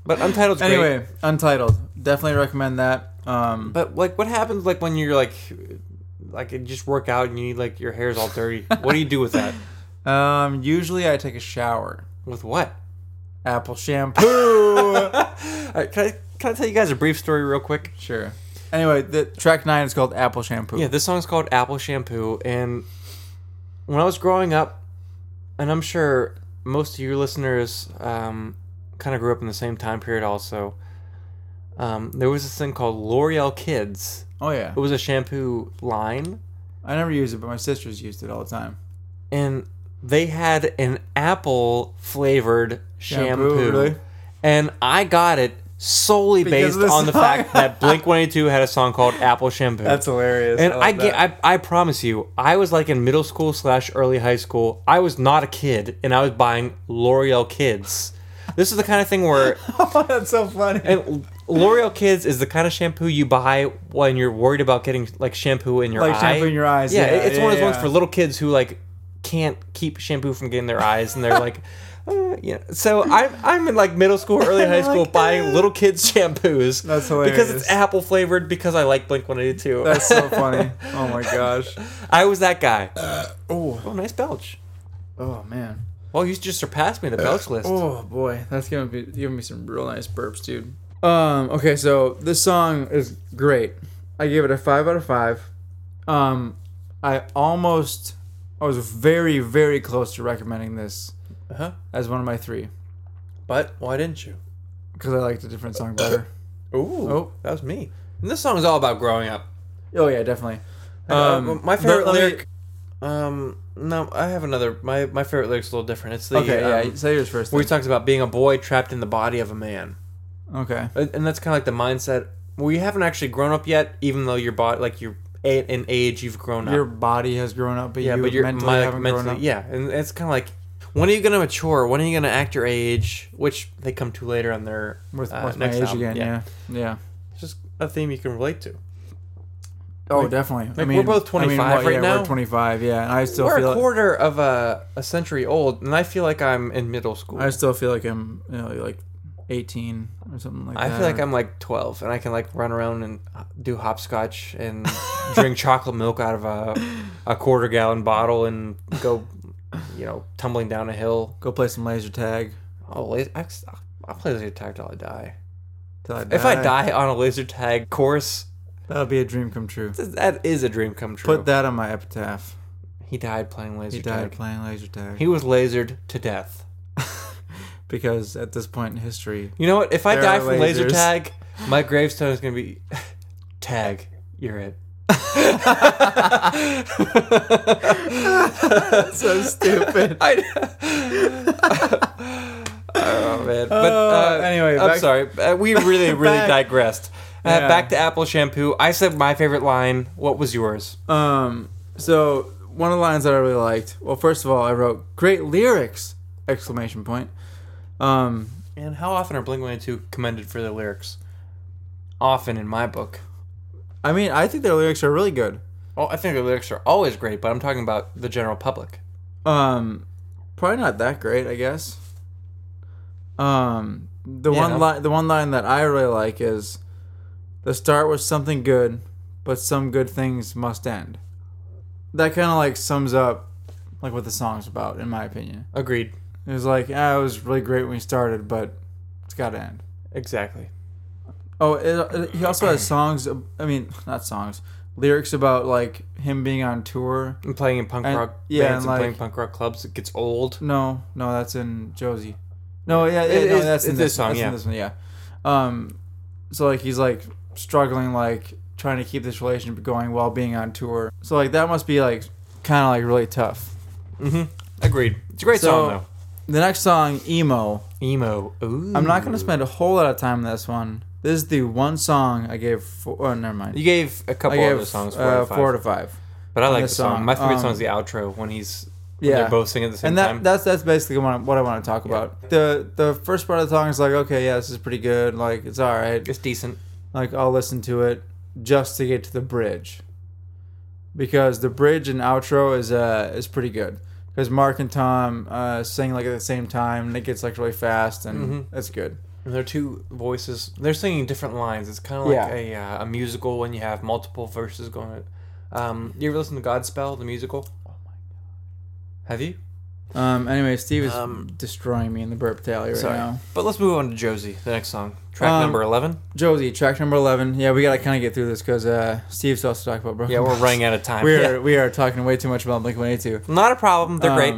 Speaker 2: but Untitled's great.
Speaker 3: Anyway, Untitled. Definitely recommend that. Um,
Speaker 2: But like, what happens like when you're like, like you just work out and you need like your hair's all dirty? what do you do with that?
Speaker 3: um, usually I take a shower.
Speaker 2: With what?
Speaker 3: Apple shampoo. (laughs)
Speaker 2: All right, can I can I tell you guys a brief story real quick?
Speaker 3: sure. Anyway, the track nine is called Apple Shampoo.
Speaker 2: Yeah, this song's called Apple Shampoo, and when I was growing up, and I'm sure most of your listeners um, kind of grew up in the same time period also. Um, there was this thing called L'Oreal Kids.
Speaker 3: Oh yeah.
Speaker 2: It was a shampoo line,
Speaker 3: I never used it, but my sisters used it all the time.
Speaker 2: and they had an apple flavored shampoo,
Speaker 3: Shampoo, really?
Speaker 2: and I got it solely
Speaker 3: Because of
Speaker 2: based
Speaker 3: the
Speaker 2: on the
Speaker 3: song.
Speaker 2: fact that Blink One Eight Two had a song called Apple Shampoo.
Speaker 3: hilarious.
Speaker 2: and I, get, I I promise you, I was like in middle school slash early high school. I was not a kid, and I was buying L'Oreal Kids. This is the kind of thing
Speaker 3: (laughs)
Speaker 2: where
Speaker 3: that's so funny.
Speaker 2: and L'Oreal Kids is the kind of shampoo you buy when you're worried about getting like shampoo in your
Speaker 3: Like
Speaker 2: eye.
Speaker 3: shampoo in your eyes, yeah,
Speaker 2: it- it's one of
Speaker 3: yeah,
Speaker 2: those ones
Speaker 3: yeah.
Speaker 2: for little kids who like can't keep shampoo from getting their eyes, and they're like, (laughs) uh, yeah. So I'm I'm in like middle school,
Speaker 3: (laughs)
Speaker 2: early high school,
Speaker 3: Like,
Speaker 2: buying little kids shampoos.
Speaker 3: Oh That's
Speaker 2: Because it's
Speaker 3: hilarious.
Speaker 2: apple flavored. Because I like Blink One Eighty Two. (laughs)
Speaker 3: that's so funny. Oh my gosh. (laughs)
Speaker 2: I was that guy.
Speaker 3: Oh.
Speaker 2: Oh, nice belch.
Speaker 3: Oh man.
Speaker 2: Well, you just surpassed me in the belch list.
Speaker 3: Oh boy, that's gonna be giving me some real nice burps, dude. Um. Okay, so this song is great. I gave it a five out of five. Um, I almost, I was very, very close to recommending this
Speaker 2: Uh-huh.
Speaker 3: as one of my three
Speaker 2: But why didn't you?
Speaker 3: because I liked a different
Speaker 2: (coughs)
Speaker 3: song better.
Speaker 2: Ooh, that was me. And this song is all about growing up.
Speaker 3: Oh yeah, definitely.
Speaker 2: Um,
Speaker 3: Um,
Speaker 2: my favorite
Speaker 3: let me-
Speaker 2: lyric. Um, no, I have another. My my favorite lyric's a little different. It's the
Speaker 3: Okay, yeah.
Speaker 2: um,
Speaker 3: Say yours first.
Speaker 2: where
Speaker 3: then.
Speaker 2: he talks about being a boy trapped in the body of a man,
Speaker 3: Okay.
Speaker 2: and and that's kind of like the mindset. Well, you haven't actually grown up yet, even though your body, like you're a- in age, you've grown up.
Speaker 3: Your body has grown up, but
Speaker 2: yeah,
Speaker 3: you
Speaker 2: but you're
Speaker 3: mentally
Speaker 2: my, like,
Speaker 3: haven't
Speaker 2: mentally,
Speaker 3: grown up.
Speaker 2: yeah, and it's kind of like. When are you gonna mature? When are you gonna act your age? Which they come to later on their
Speaker 3: With,
Speaker 2: uh,
Speaker 3: with my
Speaker 2: next
Speaker 3: age
Speaker 2: album.
Speaker 3: again, yeah. yeah,
Speaker 2: It's just a theme you can relate to.
Speaker 3: Oh,
Speaker 2: Like-
Speaker 3: definitely.
Speaker 2: like, we're both 25 right
Speaker 3: yeah,
Speaker 2: now.
Speaker 3: We're 25, yeah, and I still
Speaker 2: We're
Speaker 3: feel
Speaker 2: a quarter of a, a century old, and I feel like I'm in middle school.
Speaker 3: I still feel like I'm you know, like 18 or something like
Speaker 2: I
Speaker 3: that.
Speaker 2: feel like I'm like 12 and I can like run around and do hopscotch
Speaker 3: (laughs)
Speaker 2: and drink chocolate milk out of a, a quarter gallon bottle and go, you know, tumbling down a hill.
Speaker 3: go play some laser tag.
Speaker 2: Oh, laser, I, I'll play laser tag till I die.
Speaker 3: Till I
Speaker 2: If I die on a laser tag course,
Speaker 3: that would be a dream come true.
Speaker 2: that is a dream come true.
Speaker 3: Put that on my epitaph.
Speaker 2: he died playing laser
Speaker 3: He died
Speaker 2: tag.
Speaker 3: playing laser tag
Speaker 2: he was lasered to death.
Speaker 3: (laughs) because at this point in
Speaker 2: (laughs)
Speaker 3: history,
Speaker 2: You know what? If I
Speaker 3: There
Speaker 2: die
Speaker 3: are
Speaker 2: from laser
Speaker 3: lasers.
Speaker 2: tag, my gravestone is going to be (laughs) tag. You're it. (laughs)
Speaker 3: so stupid.
Speaker 2: (laughs) I, oh man, but uh,
Speaker 3: anyway,
Speaker 2: I'm
Speaker 3: back-
Speaker 2: Oh, sorry. Uh, We really, really
Speaker 3: Oh, (laughs) back-
Speaker 2: digressed. Uh,
Speaker 3: Yeah.
Speaker 2: back to Apple shampoo. I said my favorite line. What was yours?
Speaker 3: (laughs) Um, so one of the lines that I really liked. Well, first of all, I wrote great lyrics! Exclamation point. Um,
Speaker 2: And how often are Blink 182 commended for their lyrics? Often in my book.
Speaker 3: I mean, I think their lyrics are really good.
Speaker 2: Oh, I think the lyrics are always great, but I'm talking about the general public.
Speaker 3: Um, probably not that great, I guess. Um, the
Speaker 2: Yeah.
Speaker 3: one line, the one line that I really like is, "The start was something good, but some good things must end." That kind of like sums up like what the song's about, in my opinion.
Speaker 2: Agreed.
Speaker 3: It was like, ah, it was really great when we started, but it's got to end.
Speaker 2: Exactly.
Speaker 3: Oh, it, it- he also has songs. I mean, not songs, lyrics about like him being on tour.
Speaker 2: And playing in punk
Speaker 3: And-
Speaker 2: rock
Speaker 3: yeah,
Speaker 2: bands
Speaker 3: and
Speaker 2: and playing
Speaker 3: like-
Speaker 2: punk rock clubs, it gets old.
Speaker 3: No, no, that's in Josie. No, yeah, yeah,
Speaker 2: It
Speaker 3: no,
Speaker 2: is-
Speaker 3: that's in
Speaker 2: it's
Speaker 3: this
Speaker 2: this song,
Speaker 3: That's
Speaker 2: yeah.
Speaker 3: in this one, yeah. Um, so like he's like struggling, like trying to keep this relationship going while being on tour. So like that must be like kind of like really tough.
Speaker 2: Agreed. It's a great
Speaker 3: Mm-hmm. So-
Speaker 2: song
Speaker 3: The next song, emo.
Speaker 2: though. Emo. Ooh.
Speaker 3: I'm not gonna spend a whole lot of time on this one. This is the one song I gave. Four, oh, never mind.
Speaker 2: You gave a couple
Speaker 3: I gave
Speaker 2: other songs four,
Speaker 3: uh,
Speaker 2: out of five.
Speaker 3: four to five.
Speaker 2: but I like the
Speaker 3: this
Speaker 2: song.
Speaker 3: song.
Speaker 2: My favorite
Speaker 3: Um,
Speaker 2: song is the outro when he's when
Speaker 3: Yeah,
Speaker 2: they're both singing at the same
Speaker 3: and that,
Speaker 2: time.
Speaker 3: that's that's basically what I, what I want to talk about. The the first part of the song is like, okay, yeah, this is pretty good. Like it's all right.
Speaker 2: it's decent.
Speaker 3: like I'll listen to it just to get to the bridge because the bridge and outro is uh is pretty good because Mark and Tom uh sing like at the same time and it gets like really fast and
Speaker 2: Mm-hmm.
Speaker 3: it's good.
Speaker 2: And their two voices, they're singing different lines. It's kind of like
Speaker 3: Yeah.
Speaker 2: a, uh, a musical when you have multiple verses going. Um, you ever listen to Godspell, the musical? Oh my god. Have you?
Speaker 3: Um. Anyway, Steve is
Speaker 2: Um,
Speaker 3: destroying me in the burp tally right now.
Speaker 2: But let's move on to Josie, the next song, track
Speaker 3: Um,
Speaker 2: number eleven.
Speaker 3: Josie, track number eleven. Yeah, we gotta kind of get through this because uh Steve's also talking about broken.
Speaker 2: Yeah, we're
Speaker 3: Bones.
Speaker 2: running out of time.
Speaker 3: (laughs) We
Speaker 2: (laughs)
Speaker 3: are
Speaker 2: Yeah.
Speaker 3: we are talking way too much about Blink One Eighty Two.
Speaker 2: not a problem. They're
Speaker 3: Um,
Speaker 2: great.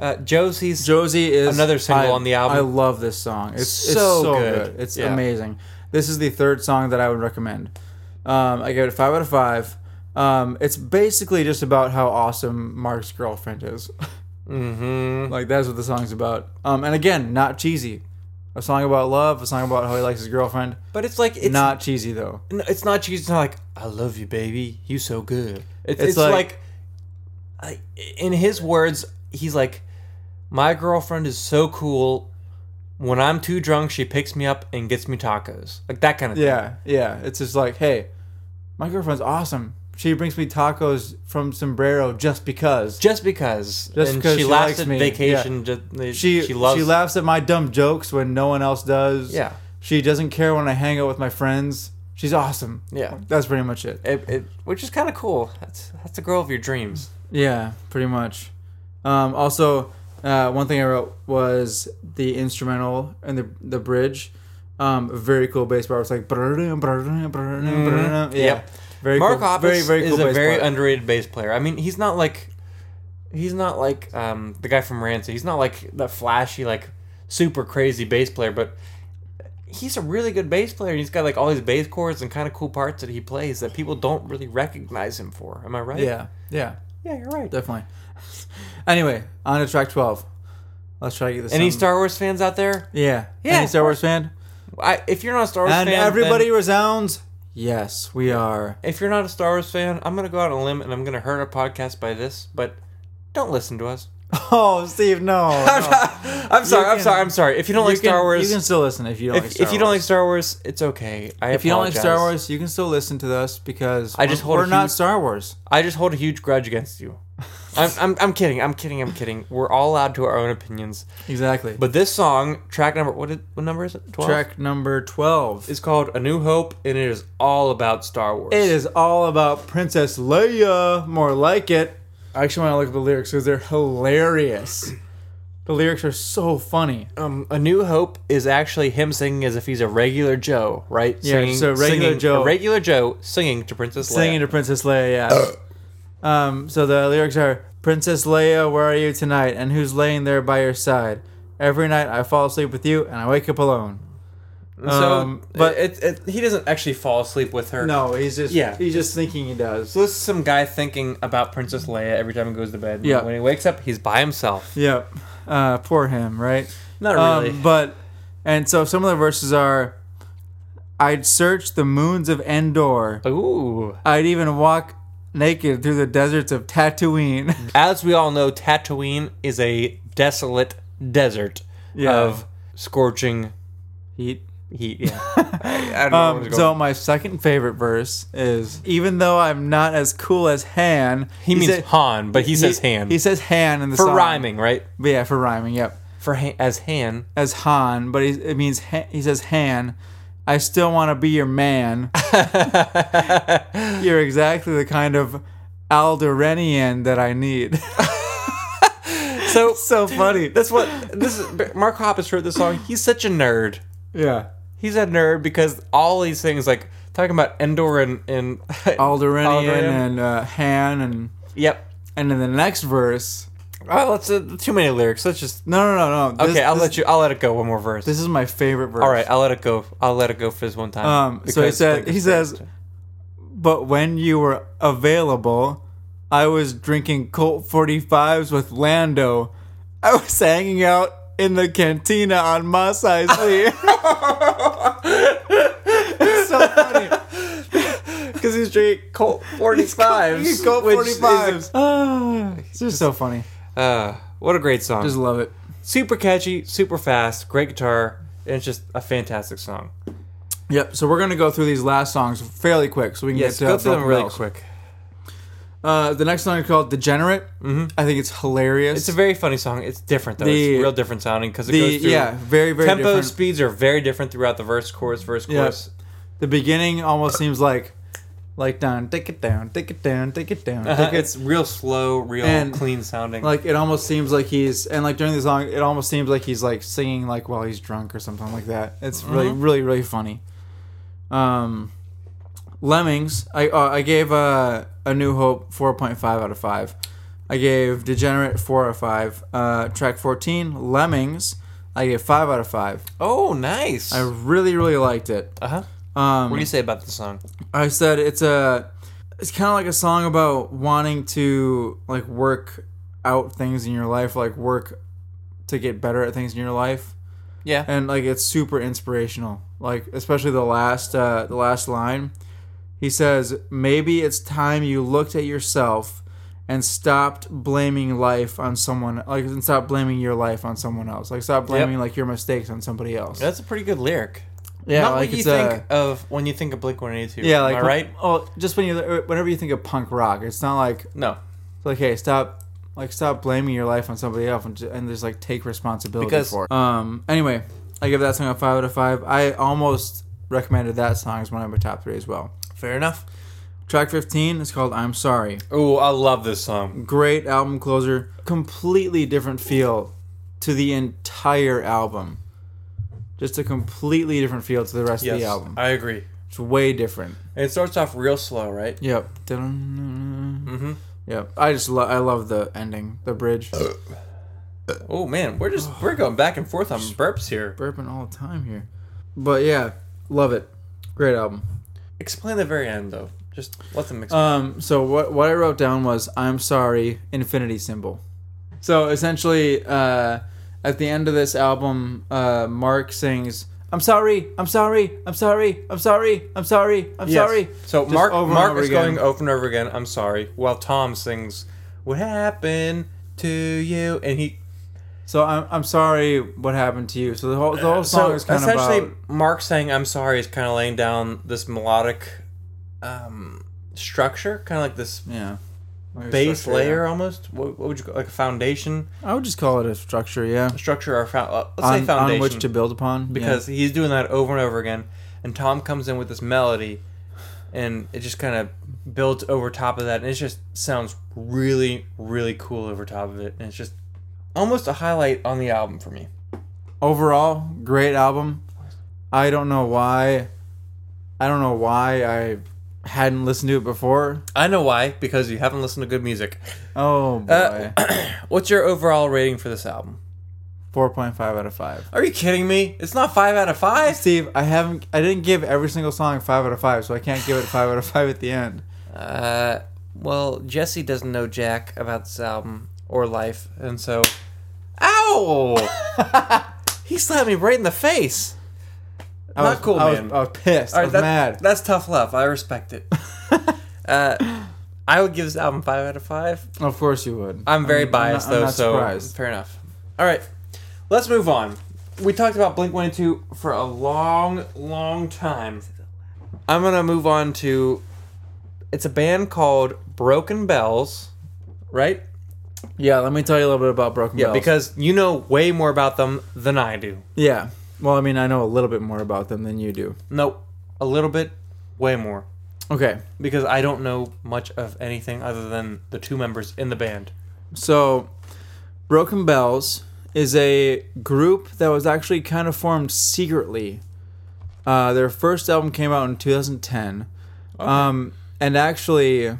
Speaker 2: Uh, Josie's
Speaker 3: Josie is
Speaker 2: Another single
Speaker 3: I-
Speaker 2: on the album.
Speaker 3: I love this song. It's so, it's
Speaker 2: So
Speaker 3: so
Speaker 2: good.
Speaker 3: good. It's
Speaker 2: Yeah.
Speaker 3: amazing. This is the third song that I would recommend. Um, I gave it a five out of five. Um, it's basically just about how awesome Mark's girlfriend is. (laughs)
Speaker 2: Mm-hmm.
Speaker 3: like that's what the song's about. Um, and again, not cheesy. A song about love. A song about how he likes his girlfriend.
Speaker 2: But it's like it's not.
Speaker 3: not cheesy though.
Speaker 2: It's not cheesy. It's not like I love you, baby. You so good. It's, it's,
Speaker 3: It's
Speaker 2: like,
Speaker 3: like-
Speaker 2: I, in his words, he's like, my girlfriend is so cool. When I'm too drunk, she picks me up and gets me tacos, like that kind of thing.
Speaker 3: Yeah, yeah. It's just like, hey, my girlfriend's awesome. She brings me tacos from Sombrero just because.
Speaker 2: Just because,
Speaker 3: Just
Speaker 2: and
Speaker 3: 'cause
Speaker 2: she,
Speaker 3: she
Speaker 2: laughs
Speaker 3: likes
Speaker 2: at
Speaker 3: me.
Speaker 2: vacation. Just,
Speaker 3: She she,
Speaker 2: loves.
Speaker 3: laughs at my dumb jokes when no one else does.
Speaker 2: Yeah.
Speaker 3: She doesn't care when I hang out with my friends. She's awesome.
Speaker 2: Yeah.
Speaker 3: That's pretty much it.
Speaker 2: It, it, which is kind of cool. That's that's the girl of your dreams.
Speaker 3: Mm. Yeah, pretty much. Um, also, uh, one thing I wrote was the instrumental and the the bridge. Um, very cool bass part. It's like brrrrum, brrrrum, brrrrum, brrrrum. yeah.
Speaker 2: Yep.
Speaker 3: Very
Speaker 2: Mark
Speaker 3: cool,
Speaker 2: Hoppus
Speaker 3: very very cool
Speaker 2: is a
Speaker 3: bass
Speaker 2: very
Speaker 3: part.
Speaker 2: underrated bass player. I mean, he's not like he's not like um, the guy from Rancid. He's not like the flashy, like super crazy bass player, but he's a really good bass player. He's got like all these bass chords and kind of cool parts that he plays that people don't really recognize him for. Am I right?
Speaker 3: yeah, yeah,
Speaker 2: yeah, you're right.
Speaker 3: definitely. anyway, on to track twelve. Let's try to get this.
Speaker 2: Any
Speaker 3: something-
Speaker 2: Star Wars fans out there?
Speaker 3: Yeah,
Speaker 2: Yeah,
Speaker 3: Any
Speaker 2: of
Speaker 3: Star
Speaker 2: course.
Speaker 3: Wars fan?
Speaker 2: I, if you're not a Star Wars
Speaker 3: And
Speaker 2: fan,
Speaker 3: everybody
Speaker 2: then-
Speaker 3: resounds. Yes, we are.
Speaker 2: if you're not a Star Wars fan, I'm gonna go out on a limb and I'm gonna hurt our podcast by this, but don't listen to us.
Speaker 3: (laughs) Oh, Steve,
Speaker 2: (laughs)
Speaker 3: no. no.
Speaker 2: I'm sorry. I'm
Speaker 3: can-
Speaker 2: sorry. I'm sorry. If you don't
Speaker 3: You
Speaker 2: like Star
Speaker 3: can-
Speaker 2: Wars,
Speaker 3: You can still listen if you don't like
Speaker 2: if,
Speaker 3: Star
Speaker 2: if you don't like
Speaker 3: Wars.
Speaker 2: Star Wars, it's okay. I
Speaker 3: If you don't like Star
Speaker 2: apologize.
Speaker 3: Wars, you can still listen to us because
Speaker 2: I just
Speaker 3: we're-
Speaker 2: hold a
Speaker 3: we're not
Speaker 2: huge-
Speaker 3: Star Wars.
Speaker 2: I just hold a huge grudge against
Speaker 3: (laughs)
Speaker 2: you. I'm, I'm, I'm kidding. I'm kidding. I'm kidding. We're all allowed to our own opinions.
Speaker 3: Exactly. But
Speaker 2: But this song, track number what? Did, what number is it? Twelve.
Speaker 3: track number 12.
Speaker 2: is called "A New Hope," and it is all about Star Wars.
Speaker 3: It is all about Princess Leia, more like it. I actually want to look up the lyrics because they're hilarious. The lyrics are so funny.
Speaker 2: Um, "A New Hope" is actually him singing as if he's a regular Joe, right?
Speaker 3: Yeah,
Speaker 2: Singing,
Speaker 3: so regular
Speaker 2: singing-
Speaker 3: Joe.
Speaker 2: a regular Joe singing to Princess Leia.
Speaker 3: Singing to Princess
Speaker 2: (coughs)
Speaker 3: Leia, yeah. um, so the lyrics are Princess Leia, where are you tonight? And who's laying there by your side? Every night I fall asleep with you and I wake up alone.
Speaker 2: so,
Speaker 3: um,
Speaker 2: but
Speaker 3: but-
Speaker 2: it, it, he doesn't actually fall asleep with her.
Speaker 3: No, he's just
Speaker 2: Yeah.
Speaker 3: he's just thinking he does.
Speaker 2: So this is some guy thinking about Princess Leia every time he goes to bed.
Speaker 3: Yeah.
Speaker 2: When he wakes up, he's by himself. Um,
Speaker 3: Yep. Uh, poor him, right?
Speaker 2: Not
Speaker 3: Um, but and so some of the verses are I'd search the moons of Endor.
Speaker 2: Ooh.
Speaker 3: I'd even walk naked through the deserts of Tatooine. (laughs)
Speaker 2: As we all know, Tatooine is a desolate desert
Speaker 3: Yeah.
Speaker 2: of scorching
Speaker 3: Heat.
Speaker 2: heat.
Speaker 3: (laughs)
Speaker 2: Yeah. I, I don't know where I
Speaker 3: Um,
Speaker 2: was
Speaker 3: so
Speaker 2: going.
Speaker 3: my second favorite verse is even though I'm not as cool as Han.
Speaker 2: He, means
Speaker 3: said-
Speaker 2: Han, but he, says Han.
Speaker 3: He says Han in the
Speaker 2: for
Speaker 3: song.
Speaker 2: rhyming, right?
Speaker 3: But yeah, for rhyming. Yep.
Speaker 2: For Han, as Han.
Speaker 3: As Han, but he, it means Han, he says Han. I still want to be your
Speaker 2: (laughs)
Speaker 3: man. You're exactly the kind of Alderanian that
Speaker 2: (laughs)
Speaker 3: I need.
Speaker 2: So
Speaker 3: (laughs) so funny.
Speaker 2: that's what this is. Mark Hoppus wrote this song. He's such a nerd.
Speaker 3: Yeah.
Speaker 2: He's a nerd because all these things, like talking about Endor and and (laughs)
Speaker 3: Alderanian
Speaker 2: Alderaan.
Speaker 3: and uh, Han and
Speaker 2: Yep.
Speaker 3: and in the next verse.
Speaker 2: Oh, that's uh, too many lyrics. Let's just
Speaker 3: No, no, no, no. This,
Speaker 2: okay. I'll
Speaker 3: this,
Speaker 2: let you. I'll let it go. One more verse.
Speaker 3: This is my favorite verse.
Speaker 2: All right, I'll let it go. I'll let it go for this one time.
Speaker 3: Um, so he
Speaker 2: Because,
Speaker 3: said,
Speaker 2: like,
Speaker 3: he
Speaker 2: it's-
Speaker 3: says, but when you were available, I was drinking Colt 45s with Lando. I was hanging out in the cantina on Masai (laughs) Sea. it's so (laughs) funny.
Speaker 2: Because (laughs) he's drinking Colt 45s.
Speaker 3: Colt
Speaker 2: which
Speaker 3: 45s. (sighs)
Speaker 2: is-
Speaker 3: Ah, it's just so funny.
Speaker 2: uh, what a great song.
Speaker 3: Just love it.
Speaker 2: super catchy, super fast, great guitar, and it's just a fantastic song.
Speaker 3: Yep. So we're gonna go through these last songs fairly quick, so we can
Speaker 2: Yes,
Speaker 3: get to
Speaker 2: go through them
Speaker 3: Broken
Speaker 2: really
Speaker 3: Bells.
Speaker 2: quick.
Speaker 3: Uh, the next song is called "Degenerate." Mm-hmm. I think it's hilarious.
Speaker 2: It's a very funny song. It's different, though.
Speaker 3: The-
Speaker 2: it's real different sounding because it
Speaker 3: the
Speaker 2: goes through.
Speaker 3: yeah, very very
Speaker 2: tempo
Speaker 3: different.
Speaker 2: speeds are very different throughout the verse, chorus, verse,
Speaker 3: Yeah.
Speaker 2: chorus.
Speaker 3: the beginning almost seems like like down, take it down, take it down, take it down,
Speaker 2: Uh-huh,
Speaker 3: take it.
Speaker 2: It's real slow, real
Speaker 3: And-
Speaker 2: clean sounding.
Speaker 3: Like it almost seems like he's and like during the song, it almost seems like he's like singing like while he's drunk or something like that. It's
Speaker 2: Uh-huh.
Speaker 3: really really really funny. Um, Lemmings, I uh, I gave uh, a New Hope four point five out of five. I gave Degenerate four out of five. Uh, track fourteen, Lemmings, I gave five out of five.
Speaker 2: oh, nice.
Speaker 3: I really really liked it.
Speaker 2: uh huh.
Speaker 3: Um,
Speaker 2: What do you say about the song?
Speaker 3: I said it's a it's kind of like a song about wanting to like work out things in your life, like work to get better at things in your life,
Speaker 2: Yeah.
Speaker 3: and like it's super inspirational. Like especially the last uh, the last line, he says, "Maybe it's time you looked at yourself." And stopped blaming life on someone, like, and stop blaming your life on someone else. Like, stop blaming like your mistakes on somebody else.
Speaker 2: That's a pretty good lyric.
Speaker 3: Yeah,
Speaker 2: Not what
Speaker 3: like
Speaker 2: you
Speaker 3: it's a-
Speaker 2: think of when you think of Blink One Eighty Two.
Speaker 3: Yeah, like
Speaker 2: am I right?
Speaker 3: Oh, just when you whenever you think of punk rock, it's not like
Speaker 2: No,
Speaker 3: it's like hey, stop, like stop blaming your life on somebody else and, ju- and just like take responsibility
Speaker 2: Because-
Speaker 3: for. It. Um. Anyway, I give that song a five out of five. I almost recommended that song as one of my top three as well.
Speaker 2: fair enough.
Speaker 3: Track fifteen is called "I'm Sorry."
Speaker 2: Oh, I love this song.
Speaker 3: Great album closer. Completely different feel to the entire album. Just a completely different feel to the rest of
Speaker 2: Yes,
Speaker 3: the album.
Speaker 2: I agree.
Speaker 3: It's way different.
Speaker 2: And it starts off real slow, right?
Speaker 3: Yep. Mm-hmm. Yep. I just lo- I love the ending, the bridge.
Speaker 2: Uh. Oh man, we're just we're going back and forth on burps here.
Speaker 3: Burping all the time here. But yeah, love it. Great album.
Speaker 2: Explain the very end though. Just let them explain.
Speaker 3: Um. So what what I wrote down was I'm sorry, infinity symbol. So essentially, uh, at the end of this album, uh, Mark sings. I'm sorry. I'm sorry. I'm sorry. I'm sorry. I'm sorry. I'm sorry.
Speaker 2: So
Speaker 3: Just
Speaker 2: Mark
Speaker 3: over and
Speaker 2: Mark
Speaker 3: over
Speaker 2: is
Speaker 3: again.
Speaker 2: going over and over again. I'm sorry. While Tom sings, "What happened to you?" and he
Speaker 3: So I'm, I'm sorry. What happened to you? So the whole the whole song
Speaker 2: Uh, so
Speaker 3: is kind of
Speaker 2: essentially
Speaker 3: about
Speaker 2: Mark saying "I'm sorry" is kind of laying down this melodic um, structure, kind of like this
Speaker 3: yeah Like a
Speaker 2: base
Speaker 3: structure, yeah.
Speaker 2: layer almost. What, what would you call like a foundation
Speaker 3: I would just call it a structure, yeah.
Speaker 2: structure or fo- uh, let's
Speaker 3: On,
Speaker 2: say
Speaker 3: on
Speaker 2: foundation
Speaker 3: which to build upon.
Speaker 2: because he's doing that over and over again, and Tom comes in with this melody, and it just kind of builds over top of that, and it just sounds really really cool over top of it, and it's just almost a highlight on the album for me.
Speaker 3: yeah. overall, great album. I don't know why I don't know why I hadn't listened to it before.
Speaker 2: I know why because you haven't listened to good music.
Speaker 3: Oh boy.
Speaker 2: Uh, (clears throat) What's your overall rating for this album?
Speaker 3: Four point five out of five.
Speaker 2: Are you kidding me? It's not five out of five.
Speaker 3: Steve, I haven't I didn't give every single song five out of five, so I can't give it five out of five at the end.
Speaker 2: Uh, well, Jesse doesn't know jack about this album or life, and so, (laughs) ow! he slapped me right in the face.
Speaker 3: I
Speaker 2: Not
Speaker 3: was,
Speaker 2: cool,
Speaker 3: I was-
Speaker 2: man.
Speaker 3: I was pissed. I was
Speaker 2: that-
Speaker 3: mad.
Speaker 2: That's tough love. I respect it. (laughs) uh, I would give this album five out of five.
Speaker 3: of course you would.
Speaker 2: I'm very
Speaker 3: I'm not-
Speaker 2: biased
Speaker 3: I'm
Speaker 2: though,
Speaker 3: not
Speaker 2: so
Speaker 3: surprised.
Speaker 2: fair enough. All right, let's move on. We talked about Blink 182 for a long, long time. I'm gonna move on to. It's a band called Broken Bells, right?
Speaker 3: yeah, let me tell you a little bit about Broken
Speaker 2: Yeah,
Speaker 3: Bells.
Speaker 2: because you know way more about them than I do.
Speaker 3: yeah. Well, I mean, I know a little bit more about them than you do.
Speaker 2: Nope, a little bit, way more.
Speaker 3: Okay,
Speaker 2: Because I don't know much of anything other than the two members in the band.
Speaker 3: so Broken Bells is a group that was actually kind of formed secretly. Uh, their first album came out in 2010, um, and actually,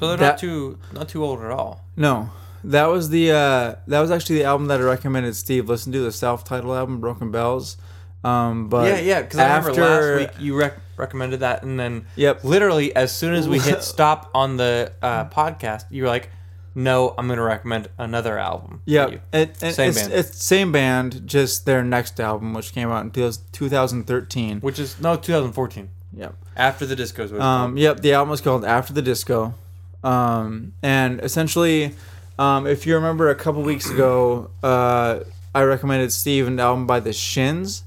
Speaker 2: So they're
Speaker 3: That-
Speaker 2: not too not too old at all.
Speaker 3: No, that was the uh, that was actually the album that I recommended Steve listen to the self-titled album Broken Bells. Um, but
Speaker 2: yeah, yeah. Because I remember last week you rec- recommended that, and then
Speaker 3: Yep.
Speaker 2: literally as soon as we
Speaker 3: (laughs)
Speaker 2: hit stop on the uh, podcast, you were like, "No, I'm going to recommend another album." to
Speaker 3: yeah,
Speaker 2: you."
Speaker 3: it, and
Speaker 2: Same
Speaker 3: it's,
Speaker 2: band.
Speaker 3: it's same band, just their next album, which came out in 2000- 2013.
Speaker 2: which is no 2014
Speaker 3: Yep.
Speaker 2: after the discos. Was
Speaker 3: Um, yep, the album was called After the Disco. Um, and essentially, um, if you remember a couple weeks ago, uh, I recommended Steve an album by The Shins.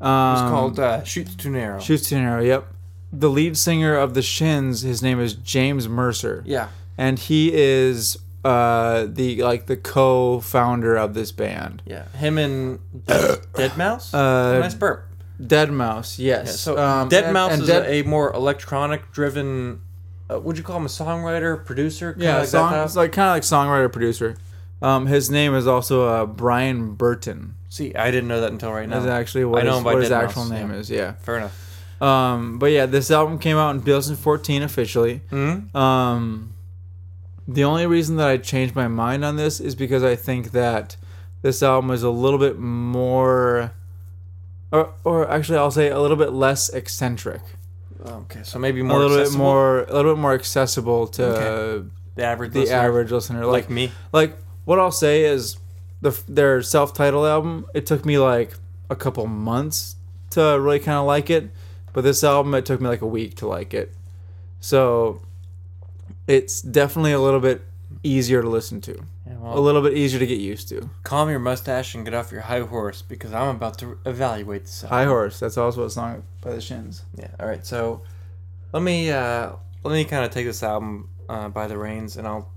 Speaker 3: Um,
Speaker 2: it's called uh, "Shoots Too Narrow."
Speaker 3: Shoots to an Arrow, yep. The lead singer of the Shins, his name is James Mercer.
Speaker 2: yeah,
Speaker 3: And he is uh the like the co-founder of this band.
Speaker 2: yeah. Him and
Speaker 3: (coughs)
Speaker 2: Dead Mouse.
Speaker 3: Uh,
Speaker 2: nice burp.
Speaker 3: Dead Mouse, yes.
Speaker 2: Yeah, so
Speaker 3: Um,
Speaker 2: Dead
Speaker 3: and-
Speaker 2: Mouse
Speaker 3: and
Speaker 2: is
Speaker 3: Dead-
Speaker 2: a more electronic-driven. Uh, would you call him a songwriter, producer? Kinda
Speaker 3: yeah,
Speaker 2: like
Speaker 3: song,
Speaker 2: that
Speaker 3: it's
Speaker 2: type?
Speaker 3: like kind of like songwriter producer. Um, his name is also uh, Brian Burton.
Speaker 2: See, I didn't know that until right now.
Speaker 3: Is actually what
Speaker 2: I know
Speaker 3: his,
Speaker 2: him by
Speaker 3: what his
Speaker 2: Dead
Speaker 3: actual
Speaker 2: Mouse,
Speaker 3: name
Speaker 2: yeah.
Speaker 3: is. Yeah.
Speaker 2: Fair enough.
Speaker 3: Um, but yeah, this album came out in 2014 officially.
Speaker 2: hmm
Speaker 3: Um, the only reason that I changed my mind on this is because I think that this album is a little bit more, or, or actually, I'll say a little bit less eccentric,
Speaker 2: Okay, so maybe more
Speaker 3: a little
Speaker 2: accessible?
Speaker 3: bit more, a little bit more accessible to
Speaker 2: Okay. the average
Speaker 3: the
Speaker 2: listener,
Speaker 3: average listener.
Speaker 2: like,
Speaker 3: Like,
Speaker 2: me.
Speaker 3: like what I'll say is, the f- their self-titled album. It took me like a couple months to really kind of like it, but this album it took me like a week to like it. So, it's definitely a little bit easier to listen to,
Speaker 2: Yeah,
Speaker 3: a
Speaker 2: well,
Speaker 3: little bit easier to get used to.
Speaker 2: calm your mustache and get off your high horse because I'm about to evaluate this.
Speaker 3: High Horse. That's also a song by the Shins.
Speaker 2: Yeah. All right. So let me uh, let me kind of take this album uh, by the reins and I'll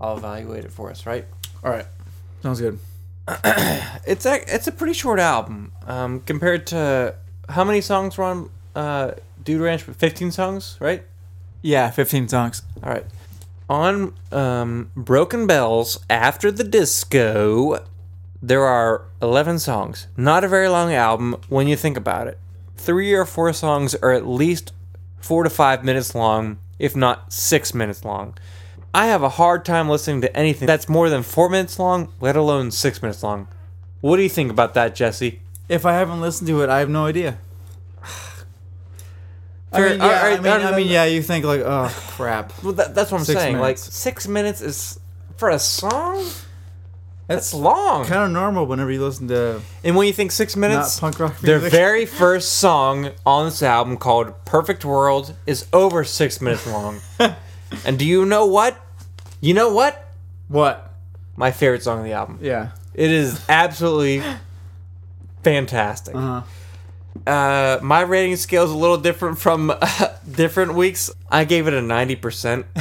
Speaker 2: I'll evaluate it for us. Right.
Speaker 3: All right, sounds good.
Speaker 2: It's a it's a pretty short album um, compared to how many songs were on uh, Dude Ranch? Fifteen songs, right?
Speaker 3: Yeah, 15 songs.
Speaker 2: All right. On um, Broken Bells, after the disco, there are 11 songs. Not a very long album when you think about it. Three or four songs are at least four to five minutes long, if not six minutes long. I have a hard time listening to anything that's more than four minutes long, let alone six minutes long. What do you think about that, Jesse?
Speaker 3: If I haven't listened to it, I have no idea. (sighs) I
Speaker 2: Fair-
Speaker 3: mean, yeah,
Speaker 2: all right,
Speaker 3: I mean,
Speaker 2: no, no,
Speaker 3: I mean,
Speaker 2: no.
Speaker 3: yeah, you think like, oh crap.
Speaker 2: Well, that, that's what I'm
Speaker 3: Six
Speaker 2: saying. Like,
Speaker 3: minutes.
Speaker 2: six minutes is for a song? That's
Speaker 3: That's
Speaker 2: long.
Speaker 3: kind of normal whenever you listen to
Speaker 2: And when you think six minutes,
Speaker 3: Not punk rock
Speaker 2: their
Speaker 3: music.
Speaker 2: very first song on this album called Perfect World is over six minutes
Speaker 3: (laughs)
Speaker 2: long. and do you know what? You know what?
Speaker 3: what?
Speaker 2: My favorite song on the album.
Speaker 3: Yeah.
Speaker 2: It is absolutely fantastic.
Speaker 3: Uh-huh.
Speaker 2: Uh, my rating scale is a little different from (laughs) different weeks. I gave it a
Speaker 3: (laughs)
Speaker 2: 90%. (laughs)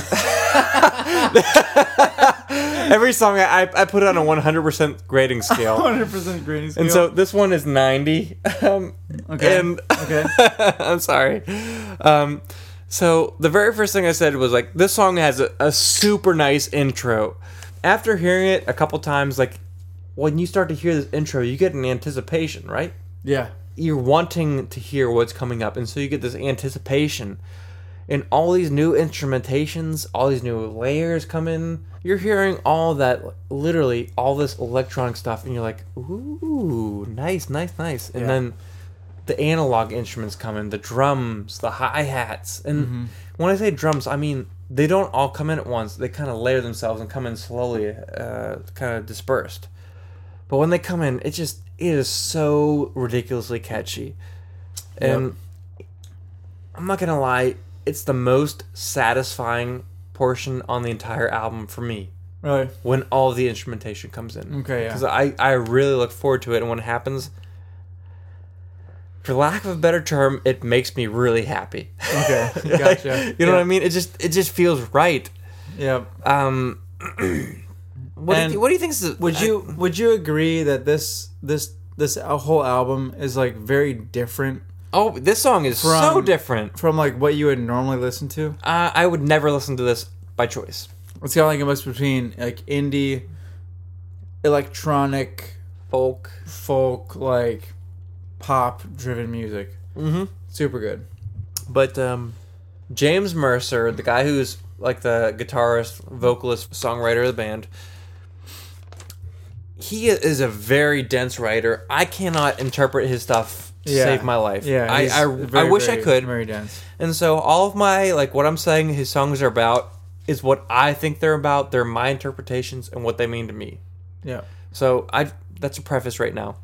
Speaker 2: Every song I, I I put it on a 100% grading
Speaker 3: (laughs)
Speaker 2: scale.
Speaker 3: 100% grading scale.
Speaker 2: And so this one is 90. Um,
Speaker 3: Okay.
Speaker 2: And (laughs)
Speaker 3: okay.
Speaker 2: I'm sorry. Um, so the very first thing I said was like, this song has a, a super nice intro. After hearing it a couple times, like when you start to hear this intro, you get an anticipation, right?
Speaker 3: Yeah.
Speaker 2: You're wanting to hear what's coming up, and so you get this anticipation. And all these new instrumentations, all these new layers come in. You're hearing all that, literally all this electronic stuff, and you're like, "Ooh, nice, nice, nice." And
Speaker 3: Yeah.
Speaker 2: then the analog instruments come in the drums the hi-hats and when i say drums i mean they don't all come in at once they kind of layer themselves and come in slowly uh, kind of dispersed But when they come in, it just it is so ridiculously catchy. And I'm not gonna lie, it's the most satisfying portion on the entire album for me
Speaker 3: Really?
Speaker 2: when all the instrumentation comes in.
Speaker 3: Okay, yeah.
Speaker 2: Because I, I really look forward to it, and when it happens, for lack of a better term, it makes me really happy. (laughs)
Speaker 3: Okay. Gotcha.
Speaker 2: you know what I
Speaker 3: Yeah.
Speaker 2: mean? It just it just feels right.
Speaker 3: Yeah.
Speaker 2: Um, (clears throat) what,
Speaker 3: And
Speaker 2: do you, what do you think? Is,
Speaker 3: Would you would you agree that this this this whole album is like very different
Speaker 2: oh, this song is so
Speaker 3: From-
Speaker 2: different.
Speaker 3: from like what you would normally listen to?
Speaker 2: Uh, I would never listen to this by choice.
Speaker 3: It's kind of like a mix between like indie, electronic,
Speaker 2: Folk.
Speaker 3: folk, like pop driven music. Mm-hmm. Super good.
Speaker 2: But um, James Mercer, the guy who's like the guitarist, vocalist, songwriter of the band, he is a very dense writer. I cannot interpret his stuff to save my life.
Speaker 3: Yeah,
Speaker 2: I
Speaker 3: he's
Speaker 2: I,
Speaker 3: very,
Speaker 2: I wish
Speaker 3: very-
Speaker 2: I could.
Speaker 3: Very dense.
Speaker 2: And so all of my like what I'm saying his songs are about is what I think they're about. They're my interpretations and what they mean to me.
Speaker 3: Yeah.
Speaker 2: So I that's a preface right now.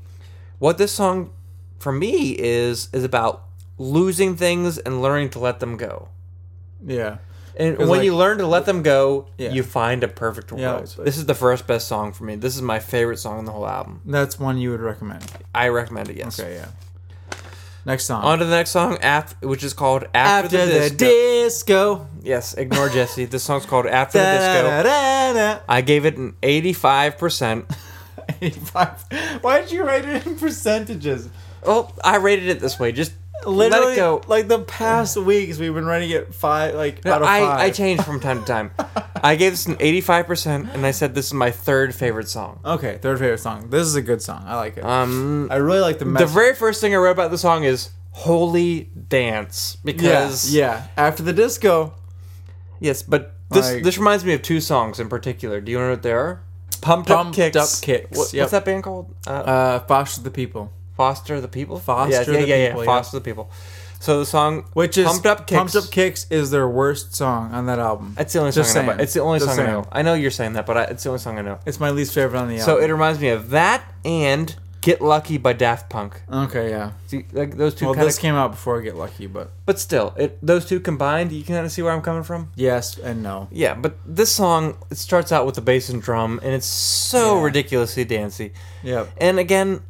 Speaker 2: What this song for me is is about losing things and learning to let them go.
Speaker 3: Yeah.
Speaker 2: And when
Speaker 3: like-
Speaker 2: you learn to let them go,
Speaker 3: Yeah.
Speaker 2: you find a perfect world.
Speaker 3: Yeah.
Speaker 2: this is the first best song for me. This is my favorite song on the whole album.
Speaker 3: That's one you would recommend.
Speaker 2: I recommend it. Yes.
Speaker 3: Okay, yeah. Next song.
Speaker 2: On to the next song, af- which is called After,
Speaker 3: After
Speaker 2: the,
Speaker 3: the
Speaker 2: Disco.
Speaker 3: disco.
Speaker 2: yes, ignore Jesse. This song's called After the Disco.
Speaker 3: Da-da-da-da-da.
Speaker 2: I gave it an 85%.
Speaker 3: 85. (laughs) Why did you rate it in percentages?
Speaker 2: well, Oh, I rated it this way. Just
Speaker 3: Literally,
Speaker 2: let it go.
Speaker 3: like the past weeks, we've been rating it five, like out of five.
Speaker 2: I, I change from time to time. I gave this an 85%, and I said this is my third favorite song.
Speaker 3: okay, third favorite song. This is a good song. I like it.
Speaker 2: Um,
Speaker 3: I really like the
Speaker 2: the
Speaker 3: message.
Speaker 2: very first thing I wrote about the song is Holy Dance.
Speaker 3: yeah,
Speaker 2: Because,
Speaker 3: yeah. After the disco,
Speaker 2: yes, but this,
Speaker 3: Like-
Speaker 2: this reminds me of two songs in particular. Do you know what they are? Pumped,
Speaker 3: Pumped
Speaker 2: Up Kicks.
Speaker 3: Up Kicks,
Speaker 2: What-
Speaker 3: yep.
Speaker 2: What's that band called? Uh,
Speaker 3: uh, Foster the People,
Speaker 2: Foster the People?
Speaker 3: Foster
Speaker 2: yeah, yeah,
Speaker 3: the
Speaker 2: yeah, yeah,
Speaker 3: People, yeah.
Speaker 2: Foster the People. So the song
Speaker 3: which is
Speaker 2: Pumped Up Kicks.
Speaker 3: Pumped Up Kicks is their worst song on that album.
Speaker 2: It's the only
Speaker 3: Just
Speaker 2: song I know.
Speaker 3: saying.
Speaker 2: But it's the only
Speaker 3: Just
Speaker 2: song I
Speaker 3: saying.
Speaker 2: know. I know you're saying that, but I, it's the only song I know.
Speaker 3: It's my least favorite on the
Speaker 2: So it
Speaker 3: album.
Speaker 2: reminds me of that and "Get Lucky" by Daft Punk.
Speaker 3: okay, yeah.
Speaker 2: See, like those two
Speaker 3: Well,
Speaker 2: kind
Speaker 3: this
Speaker 2: of,
Speaker 3: came out before I Get Lucky, but
Speaker 2: but still, it those two combined, you can kind of see where I'm coming from.
Speaker 3: yes and no.
Speaker 2: Yeah, but this song it starts out with the bass and drum, and it's so
Speaker 3: Yeah.
Speaker 2: ridiculously dancey.
Speaker 3: Yep.
Speaker 2: And again,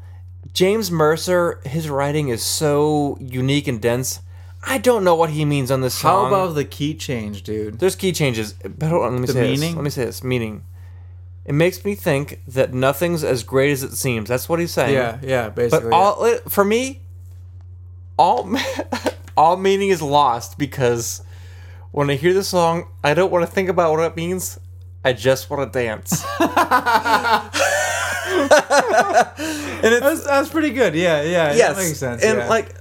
Speaker 2: James Mercer, his writing is so unique and dense. I don't know what he means on this
Speaker 3: How
Speaker 2: song.
Speaker 3: about the key change, dude?
Speaker 2: There's key changes, but hold on, let me
Speaker 3: The
Speaker 2: say this.
Speaker 3: meaning?
Speaker 2: Let me say this. Meaning. It makes me think that nothing's as great as it seems. That's what he's saying.
Speaker 3: Yeah, yeah,
Speaker 2: But
Speaker 3: basically.
Speaker 2: all it, for me, all (laughs) all meaning is lost because when I hear the song, I don't want to think about what it means. I just want to
Speaker 3: (laughs)
Speaker 2: dance.
Speaker 3: and it's, that's, that's pretty good. Yeah, yeah.
Speaker 2: yes,
Speaker 3: that makes sense.
Speaker 2: And
Speaker 3: yeah.
Speaker 2: like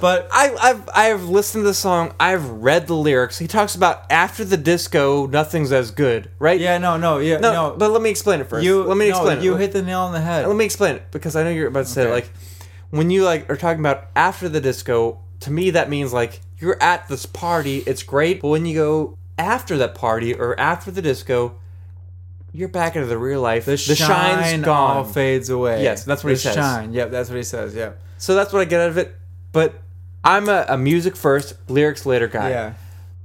Speaker 3: but
Speaker 2: I, I've I've listened to the song. I've read the lyrics. He talks about after the disco, nothing's as good, right?
Speaker 3: yeah, no, no, yeah,
Speaker 2: No,
Speaker 3: no.
Speaker 2: but let me explain it first.
Speaker 3: you
Speaker 2: let me
Speaker 3: no,
Speaker 2: explain.
Speaker 3: You
Speaker 2: it.
Speaker 3: hit the nail on the head.
Speaker 2: let me explain it because I know you're about to say it.
Speaker 3: Okay.
Speaker 2: like when you like are talking about after the disco. To me, that means like you're at this party. It's great, but when you go after that party or after the disco, you're back into the real life.
Speaker 3: the, shine
Speaker 2: shine's
Speaker 3: all
Speaker 2: gone.
Speaker 3: fades away.
Speaker 2: Yes, that's what
Speaker 3: the
Speaker 2: he says.
Speaker 3: Shine. Yep, that's what he says. Yep.
Speaker 2: so that's what I get out of it. But I'm a, a music first, lyrics later guy.
Speaker 3: Yeah.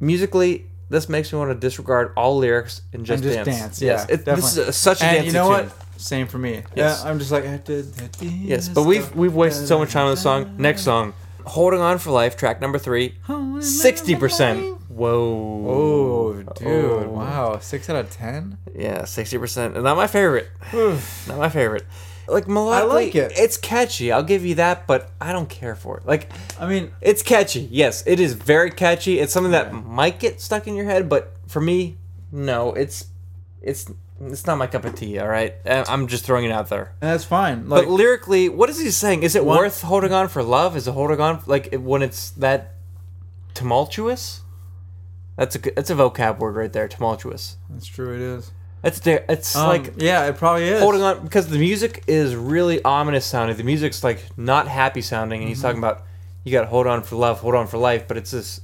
Speaker 2: Musically, this makes me want to disregard all lyrics and just,
Speaker 3: And just
Speaker 2: dance.
Speaker 3: dance. Yeah.
Speaker 2: yes, it, this
Speaker 3: definitely.
Speaker 2: is a, such a
Speaker 3: and
Speaker 2: dance.
Speaker 3: You know
Speaker 2: tune.
Speaker 3: what? Same for me.
Speaker 2: Yes.
Speaker 3: Yeah. I'm just like. I did the
Speaker 2: Yes, but we've we've wasted so much time on the song. Next song, "Holding On for Life," track number three, 60 percent. Whoa.
Speaker 3: Oh, dude!
Speaker 2: Oh.
Speaker 3: Wow, six out of ten.
Speaker 2: Yeah, sixty percent. Not my favorite. Not my favorite. Like melodically,
Speaker 3: I like it.
Speaker 2: It's catchy. I'll give you that, but I don't care for it. Like,
Speaker 3: I mean,
Speaker 2: it's catchy. Yes, it is very catchy. It's something that might get stuck in your head, but for me, no. It's it's it's not my cup of tea. All right, Uh, I'm just throwing it out there.
Speaker 3: and that's fine. Like,
Speaker 2: But lyrically, what is he saying? Is it
Speaker 3: One-
Speaker 2: worth holding on for love? Is it holding on like it- when it's that tumultuous? That's a good- that's a vocab word right there. Tumultuous.
Speaker 3: that's true. It is.
Speaker 2: That's there. It's
Speaker 3: Um,
Speaker 2: like
Speaker 3: yeah, it probably is.
Speaker 2: holding on because the music is really ominous sounding. The music's like not happy sounding, and he's
Speaker 3: Mm-hmm.
Speaker 2: talking about you got to hold on for love, hold on for life. But it's this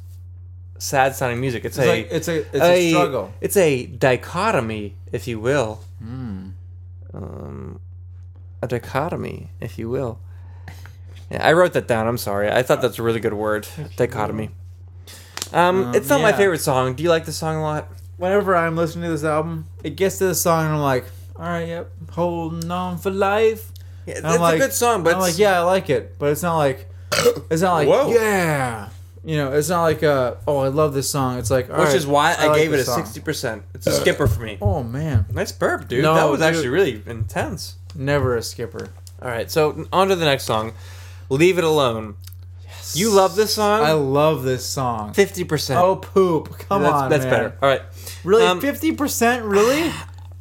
Speaker 2: sad sounding music. It's,
Speaker 3: It's
Speaker 2: a
Speaker 3: like it's a it's a, struggle.
Speaker 2: Hmm. It's a dichotomy, if you will. Um, a dichotomy, if you will. Yeah, I wrote that down. I'm sorry. I thought that's a really good word, dichotomy. Um, it's not my
Speaker 3: yeah.
Speaker 2: favorite song. Do you like this song a lot?
Speaker 3: Whenever I'm listening to this album, it gets to this song and I'm like, all right, yep, holding on for life.
Speaker 2: Yeah, it's
Speaker 3: And I'm like-
Speaker 2: a good song, but
Speaker 3: I'm like, yeah, I like it, but it's not like, it's not like,
Speaker 2: Whoa.
Speaker 3: yeah, you know, it's not like, uh, oh, I love this song. It's like, all
Speaker 2: which
Speaker 3: right,
Speaker 2: is why I,
Speaker 3: like
Speaker 2: gave it
Speaker 3: this
Speaker 2: a
Speaker 3: song.
Speaker 2: sixty percent. It's a skipper for me.
Speaker 3: Oh man,
Speaker 2: Nice burp, dude.
Speaker 3: No,
Speaker 2: that was
Speaker 3: dude.
Speaker 2: actually really intense.
Speaker 3: never a skipper.
Speaker 2: All right, so on to the next song, "Leave It Alone." You love this
Speaker 3: I
Speaker 2: song?
Speaker 3: love this song.
Speaker 2: Fifty percent.
Speaker 3: Oh poop! Come
Speaker 2: that's,
Speaker 3: on,
Speaker 2: that's
Speaker 3: man.
Speaker 2: better. All right, Um,
Speaker 3: Really, fifty percent?
Speaker 2: (sighs)
Speaker 3: Really?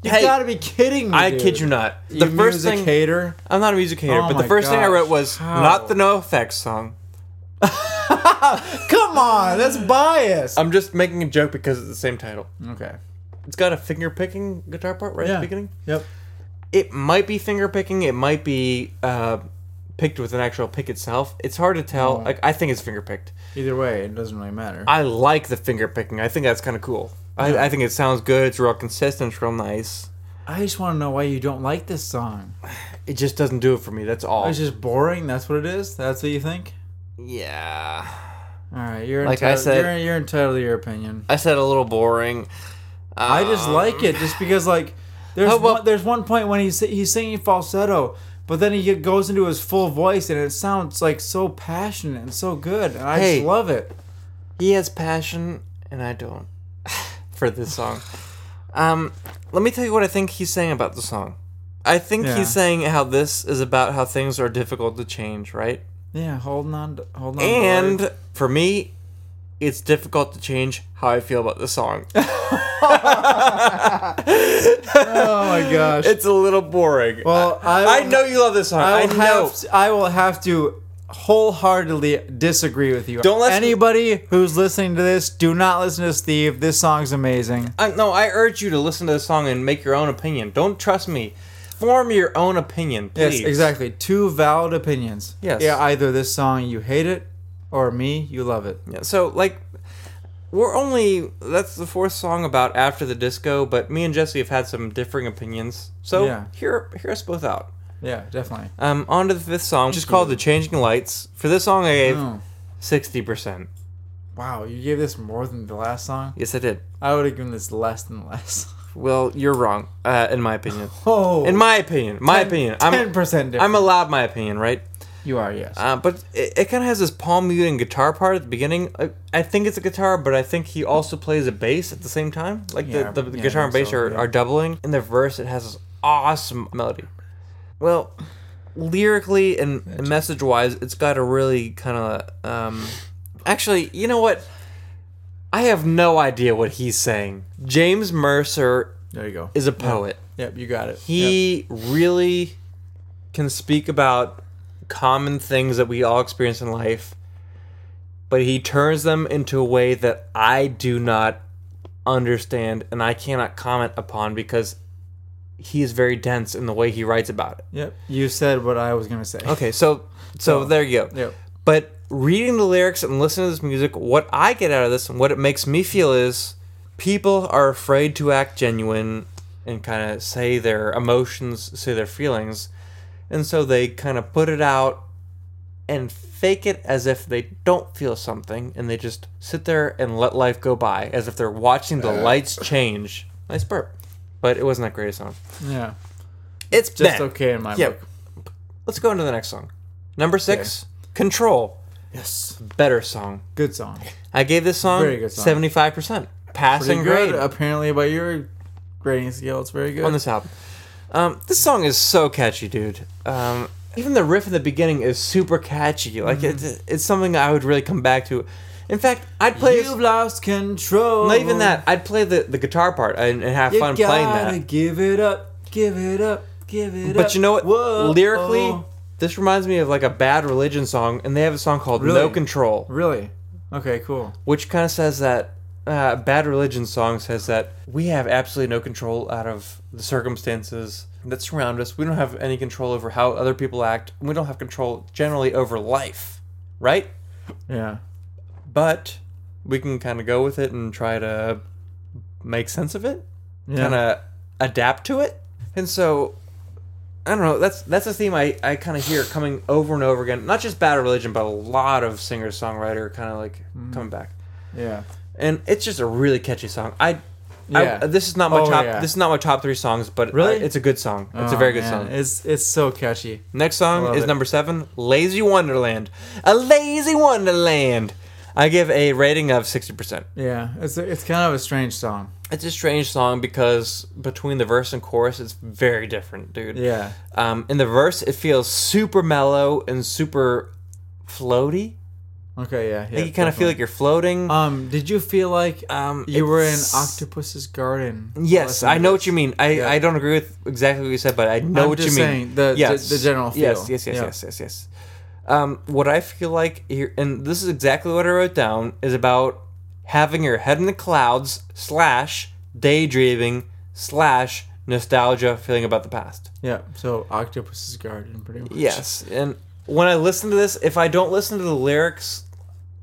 Speaker 3: You
Speaker 2: Hey,
Speaker 3: gotta be kidding me!
Speaker 2: I
Speaker 3: dude.
Speaker 2: kid you not.
Speaker 3: The
Speaker 2: The first thing
Speaker 3: hater.
Speaker 2: I'm not a music hater,
Speaker 3: Oh
Speaker 2: but the
Speaker 3: my
Speaker 2: first thing I
Speaker 3: gosh,
Speaker 2: wrote was
Speaker 3: how?
Speaker 2: not the No Effects song.
Speaker 3: Come on, that's biased.
Speaker 2: I'm just making a joke because it's the same title.
Speaker 3: okay.
Speaker 2: It's got a finger picking guitar part right at the beginning.
Speaker 3: Yep.
Speaker 2: It might be finger picking. It might be uh, picked with an actual pick itself. It's hard to tell. Like I think it's finger picked.
Speaker 3: Either way, it doesn't really matter.
Speaker 2: I like the finger picking. I think that's kind of cool. I, I think it sounds good. It's real consistent. It's real nice.
Speaker 3: I just want to know why you don't like this song.
Speaker 2: It just doesn't do it for me. That's all.
Speaker 3: It's just boring. That's what it is. That's what you think.
Speaker 2: yeah.
Speaker 3: All right, you're
Speaker 2: Like I
Speaker 3: entitled,
Speaker 2: said-
Speaker 3: you're, you're entitled to your opinion.
Speaker 2: I said a little boring.
Speaker 3: I just like it just because like there's
Speaker 2: Um, How about-
Speaker 3: one, there's one point when he's he's singing falsetto, but then he goes into his full voice and it sounds like so passionate and so good, and I
Speaker 2: Hey.
Speaker 3: just love it.
Speaker 2: he has passion and I don't (laughs) for this song. Um, let me tell you what I think he's saying about the song. I think
Speaker 3: Yeah.
Speaker 2: he's saying how this is about how things are difficult to change, right?
Speaker 3: Yeah, holding on, to, holding on. to life.
Speaker 2: And
Speaker 3: (laughs)
Speaker 2: for me, it's difficult to change how I feel about the
Speaker 3: (laughs)
Speaker 2: song. (laughs)
Speaker 3: oh my gosh.
Speaker 2: it's a little boring.
Speaker 3: Well, I will-
Speaker 2: I know you love this song. I,
Speaker 3: I will
Speaker 2: know.
Speaker 3: have to, I will have to wholeheartedly disagree with you.
Speaker 2: Don't let-
Speaker 3: anybody who's listening to this do not listen to Steve. This song's amazing.
Speaker 2: I, no, I urge you to listen to the song and make your own opinion. Don't trust me. Form your own opinion, please.
Speaker 3: Yes, exactly. Two valid opinions.
Speaker 2: Yes.
Speaker 3: Yeah, either this song you hate it or me you love it.
Speaker 2: Yeah, so like we're only that's the fourth song about after the disco, but me and Jesse have had some differing opinions. So
Speaker 3: Yeah.
Speaker 2: hear hear us both out.
Speaker 3: Yeah, definitely.
Speaker 2: Um, on to the fifth song, which is called "The Changing Lights." For this song, I gave
Speaker 3: Oh.
Speaker 2: sixty percent.
Speaker 3: Wow, you gave this more than the last song?
Speaker 2: Yes, I did.
Speaker 3: I would have given this less than less. (laughs)
Speaker 2: Well, you're wrong, uh, in my
Speaker 3: (sighs)
Speaker 2: opinion.
Speaker 3: Oh.
Speaker 2: In my opinion, my opinion. I'm
Speaker 3: 10% different.
Speaker 2: I'm allowed my opinion, right?
Speaker 3: you are, yes.
Speaker 2: Uh, but it, it kind of has this palm muting guitar part at the beginning. I, I think it's a guitar, but I think he also plays a bass at the same time. Like
Speaker 3: Yeah,
Speaker 2: the, the, the
Speaker 3: yeah, I
Speaker 2: guitar and
Speaker 3: think
Speaker 2: bass
Speaker 3: so,
Speaker 2: are,
Speaker 3: yeah.
Speaker 2: are doubling. In the verse, it has this awesome melody. Well, lyrically and, and message wise, it's got a really kind of. Um, actually, you know what? I have no idea what he's saying. James Mercer
Speaker 3: there you go.
Speaker 2: is a poet
Speaker 3: Yep, you got it. Yep.
Speaker 2: he really can speak about common things that we all experience in life but he turns them into a way that i do not understand and i cannot comment upon because he is very dense in the way he writes about it
Speaker 3: Yep. You said what I was going to say.
Speaker 2: okay so so there you go
Speaker 3: (laughs) Yep.
Speaker 2: but reading the lyrics and listening to this music, what I get out of this and what it makes me feel is people are afraid to act genuine and kind of say their emotions, say their feelings. And so they kind of put it out and fake it as if they don't feel something and they just sit there and let life go by as if they're watching the lights change. Nice burp. But it wasn't that great a song.
Speaker 3: Yeah.
Speaker 2: It's
Speaker 3: Just
Speaker 2: bad.
Speaker 3: okay in my
Speaker 2: Yeah.
Speaker 3: book.
Speaker 2: Let's go into the next song. Number six, Control.
Speaker 3: Yes.
Speaker 2: Better song.
Speaker 3: Good song.
Speaker 2: I gave this song
Speaker 3: Very good song.
Speaker 2: seventy five percent passing
Speaker 3: Pretty
Speaker 2: grade
Speaker 3: good. Uh, Apparently, by your grading scale, it's very good.
Speaker 2: on this album. Um, this song is so catchy, dude. Um, even the riff in the beginning is super catchy. Like
Speaker 3: Mm-hmm.
Speaker 2: it's it's something I would really come back to. In fact, I'd play
Speaker 3: You've lost control.
Speaker 2: not even that. I'd play the, the guitar part and, and have
Speaker 3: You
Speaker 2: fun
Speaker 3: gotta
Speaker 2: playing that.
Speaker 3: give it up. Give it up. Give it up.
Speaker 2: But you know what?
Speaker 3: Whoa.
Speaker 2: Lyrically, this reminds me of like a Bad Religion song, and they have a song called No
Speaker 3: Really?
Speaker 2: Control.
Speaker 3: Really? Okay, cool.
Speaker 2: which kind of says that uh, bad religion song says that we have absolutely no control out of the circumstances that surround us we don't have any control over how other people act we don't have control generally over life right
Speaker 3: Yeah.
Speaker 2: but we can kind of go with it and try to make sense of it
Speaker 3: Yeah.
Speaker 2: kind of adapt to it and so I don't know. That's that's a theme I, I kind of hear coming over and over again. Not just Bad Religion, but a lot of singer songwriter kind of like coming back.
Speaker 3: Yeah.
Speaker 2: And it's just a really catchy song. I,
Speaker 3: Yeah.
Speaker 2: I this is not my
Speaker 3: Oh,
Speaker 2: top.
Speaker 3: yeah.
Speaker 2: This is not my top three songs, but
Speaker 3: Really?
Speaker 2: I- it's a good song. It's a very good song.
Speaker 3: Oh, It's it's so catchy.
Speaker 2: Next song
Speaker 3: Love
Speaker 2: is
Speaker 3: it.
Speaker 2: number seven, Lazy Wonderland. A lazy Wonderland. I give a rating of sixty percent.
Speaker 3: Yeah, it's it's kind of a strange song.
Speaker 2: It's a strange song because between the verse and chorus, it's very different, dude.
Speaker 3: Yeah.
Speaker 2: Um, in the verse, it feels super mellow and super floaty.
Speaker 3: Okay. Yeah. yeah
Speaker 2: Like you kind of feel like you're floating.
Speaker 3: Um. Did you feel like
Speaker 2: Um,
Speaker 3: you were in
Speaker 2: it's-
Speaker 3: Octopus's garden?
Speaker 2: Yes,
Speaker 3: Last
Speaker 2: I know
Speaker 3: night?
Speaker 2: what you mean. I,
Speaker 3: Yeah.
Speaker 2: I don't agree with exactly what you said, but I know
Speaker 3: I'm
Speaker 2: what
Speaker 3: just
Speaker 2: you mean.
Speaker 3: saying, the- the- the general feel.
Speaker 2: Yes, yes, yes,
Speaker 3: Yeah.
Speaker 2: yes, yes, yes. Um, what I feel like here, and this is exactly what I wrote down, is about having your head in the clouds slash daydreaming slash nostalgia feeling about the past.
Speaker 3: Yeah. So Octopus's garden, pretty much.
Speaker 2: Yes, and when I listen to this, if I don't listen to the lyrics,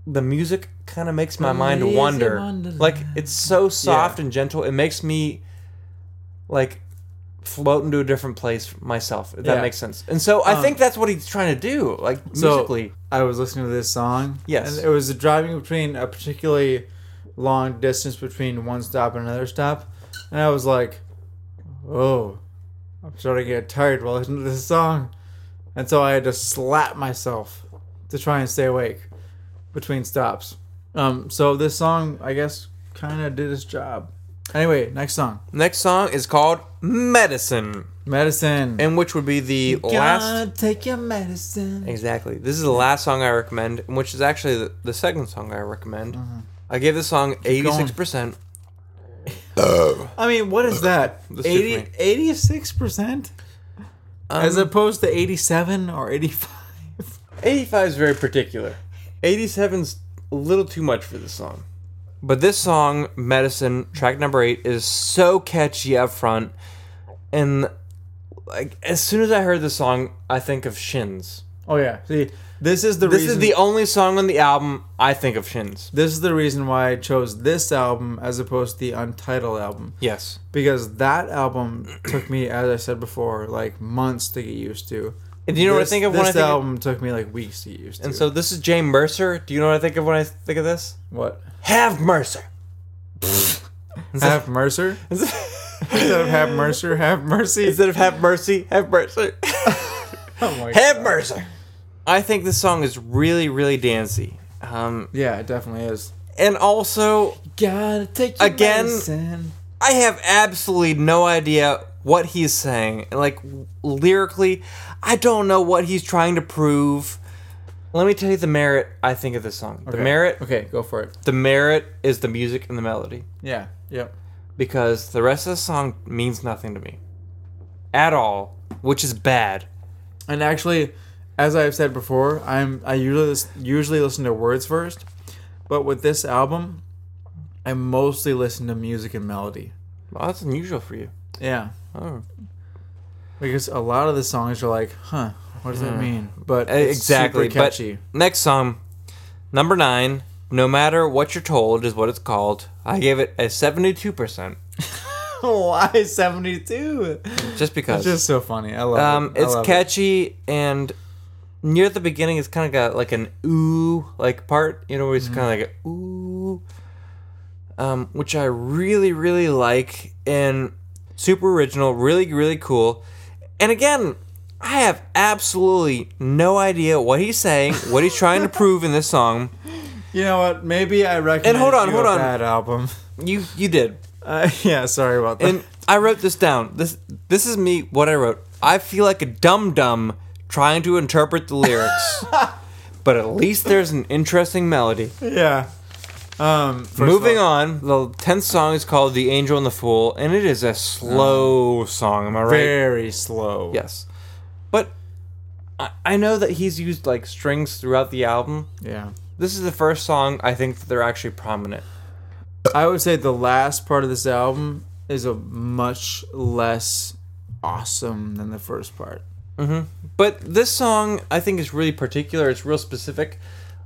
Speaker 2: the music kind of makes my mind
Speaker 3: Lazy
Speaker 2: wander.
Speaker 3: Wonderland.
Speaker 2: Like it's so soft and gentle, it makes me like float into a different place myself. If that
Speaker 3: Yeah.
Speaker 2: makes sense. And so I think that's what he's trying to do, like musically.
Speaker 3: I was listening to this song.
Speaker 2: Yes.
Speaker 3: And it was driving between a particularly long distance between one stop and another stop. And I was like, oh, I'm starting to get tired while listening to this song. And so I had to slap myself to try and stay awake between stops. Um, so this song, I guess, kind of did its job. Anyway, next song
Speaker 2: Next song is called Medicine,
Speaker 3: Medicine.
Speaker 2: and which would be the last.
Speaker 3: Gotta take your medicine.
Speaker 2: Exactly. This is the last song I recommend, and which is actually the, the second song I recommend. I gave this song
Speaker 3: Mm-hmm. going.
Speaker 2: 86%.
Speaker 3: I mean, what is that?
Speaker 2: That's too
Speaker 3: 80, 86%? As opposed to 87 or 85?
Speaker 2: 85 is very particular. 87's a little too much for this song. But this song, Medicine, track number 8 is so catchy up front and like as soon as I heard this song, I think of Shins.
Speaker 3: Oh, yeah. See, this is the
Speaker 2: This
Speaker 3: reason.
Speaker 2: is the only song on the album I think of Shins.
Speaker 3: this is the reason why I chose this album as opposed to the Untitled album.
Speaker 2: Yes.
Speaker 3: Because that album took me, as I said before, like months to get used to.
Speaker 2: And do you know what I
Speaker 3: This-
Speaker 2: think of
Speaker 3: this
Speaker 2: when I think of,
Speaker 3: album took me like weeks to get used to.
Speaker 2: And so this is Jane Mercer. Do you know what I think of when I think of this?
Speaker 3: what?
Speaker 2: Have Mercer.
Speaker 3: Have Mercer? (laughs) Instead of (laughs) Have Mercer, Have Mercy.
Speaker 2: Instead of Have Mercy, Have (laughs) Mercer.
Speaker 3: Oh my
Speaker 2: Have
Speaker 3: God.
Speaker 2: mercy. I think this song is really, really dancey. Um,
Speaker 3: Yeah, it definitely is.
Speaker 2: and also,
Speaker 3: Gotta take your
Speaker 2: Again-
Speaker 3: medicine.
Speaker 2: I have absolutely no idea what he's saying. And like lyrically, I don't know what he's trying to prove. Let me tell you the merit I think of this song. The
Speaker 3: Okay.
Speaker 2: merit,
Speaker 3: Okay, go for it.
Speaker 2: the merit is the music and the melody
Speaker 3: Yeah. Yep.
Speaker 2: because the rest of the song means nothing to me at all, which is bad.
Speaker 3: And actually, as I've said before, I'm I usually lis- usually listen to words first, but with this album, I mostly listen to music and melody.
Speaker 2: Well, that's unusual for you.
Speaker 3: Yeah.
Speaker 2: Oh.
Speaker 3: Because a lot of the songs are like, huh, what does that mean? But
Speaker 2: Uh,
Speaker 3: it's
Speaker 2: exactly.
Speaker 3: super catchy. (laughs)
Speaker 2: But next song, number nine. No matter what you're told is what it's called. I gave it a seventy-two percent,
Speaker 3: Why seventy two?
Speaker 2: just because.
Speaker 3: It's just so funny. I love
Speaker 2: um,
Speaker 3: it. I
Speaker 2: it's
Speaker 3: love it.
Speaker 2: catchy and near the beginning, it's kind of got like an ooh like part. You know, where it's
Speaker 3: Mm-hmm.
Speaker 2: kind of like a ooh, um, which I really really like and super original, really really cool. And again, I have absolutely no idea what he's saying, what he's trying
Speaker 3: (laughs)
Speaker 2: to prove in this song.
Speaker 3: You know what? Maybe I recommend.
Speaker 2: hold on, hold on.
Speaker 3: That album. (laughs)
Speaker 2: You you did.
Speaker 3: Uh, yeah. Sorry about that.
Speaker 2: And I wrote this down. This this is me what I wrote. I feel like a dum dum trying to interpret the lyrics. but at least there's an interesting melody.
Speaker 3: (laughs) yeah. Um.
Speaker 2: Moving on, the 10th song is called The Angel and the Fool and it is a slow song, am I right?
Speaker 3: Very slow.
Speaker 2: Yes. But I, I know that he's used like strings throughout the album.
Speaker 3: Yeah.
Speaker 2: This is the first song I think that they're actually prominent.
Speaker 3: I would say the last part of this album is a much less awesome than the first part.
Speaker 2: But this song, I think, is really particular. It's real specific.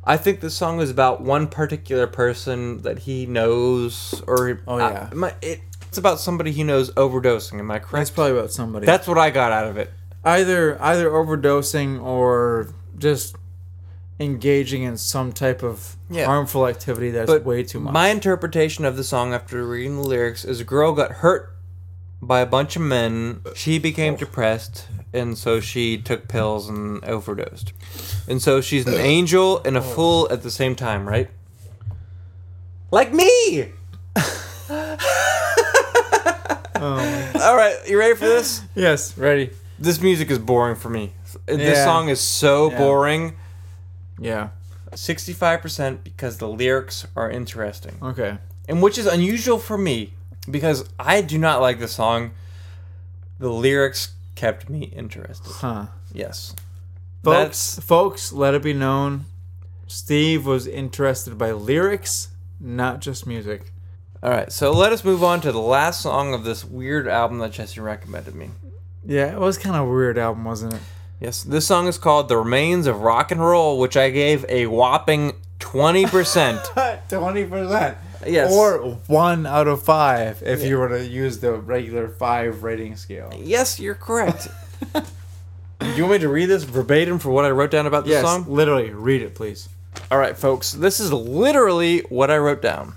Speaker 2: I think this song is about one particular person that he knows, or
Speaker 3: Oh, yeah.
Speaker 2: I- my- it- it's about somebody he knows overdosing. Am I correct?
Speaker 3: That's probably about somebody.
Speaker 2: That's what I got out of it.
Speaker 3: either either overdosing or just engaging in some type of
Speaker 2: Yeah.
Speaker 3: harmful activity that's
Speaker 2: But
Speaker 3: way too much.
Speaker 2: My interpretation of the song after reading the lyrics is a girl got hurt by a bunch of men. She became
Speaker 3: Oh.
Speaker 2: depressed, and so she took pills and overdosed. And so she's an angel and a
Speaker 3: Oh.
Speaker 2: fool at the same time, right? Like
Speaker 3: (laughs)
Speaker 2: me!
Speaker 3: Oh.
Speaker 2: (laughs) All right, you ready for this?
Speaker 3: yes, ready.
Speaker 2: This music is boring for me. This
Speaker 3: Yeah.
Speaker 2: song is so
Speaker 3: Yeah.
Speaker 2: boring.
Speaker 3: Yeah.
Speaker 2: 65% because the lyrics are interesting.
Speaker 3: Okay.
Speaker 2: and which is unusual for me because I do not like the song. The lyrics kept me interested.
Speaker 3: Huh.
Speaker 2: Yes,
Speaker 3: Folks,
Speaker 2: That's-
Speaker 3: folks, let it be known, Steve was interested by lyrics, not just music.
Speaker 2: All right, so let us move on to the last song of this weird album that Jesse recommended me.
Speaker 3: Yeah, it was kind of a weird album, wasn't it?
Speaker 2: Yes, this song is called "The Remains of Rock and Roll," which I gave a whopping twenty
Speaker 3: (laughs)
Speaker 2: percent.
Speaker 3: Twenty percent.
Speaker 2: Yes.
Speaker 3: Or one out of five if you were to use the regular five rating scale.
Speaker 2: yes, you're correct. (laughs) Do you want me to read this verbatim for what I wrote down about this
Speaker 3: Yes,
Speaker 2: song?
Speaker 3: literally, read it, please.
Speaker 2: All right, folks, this is literally what I wrote down.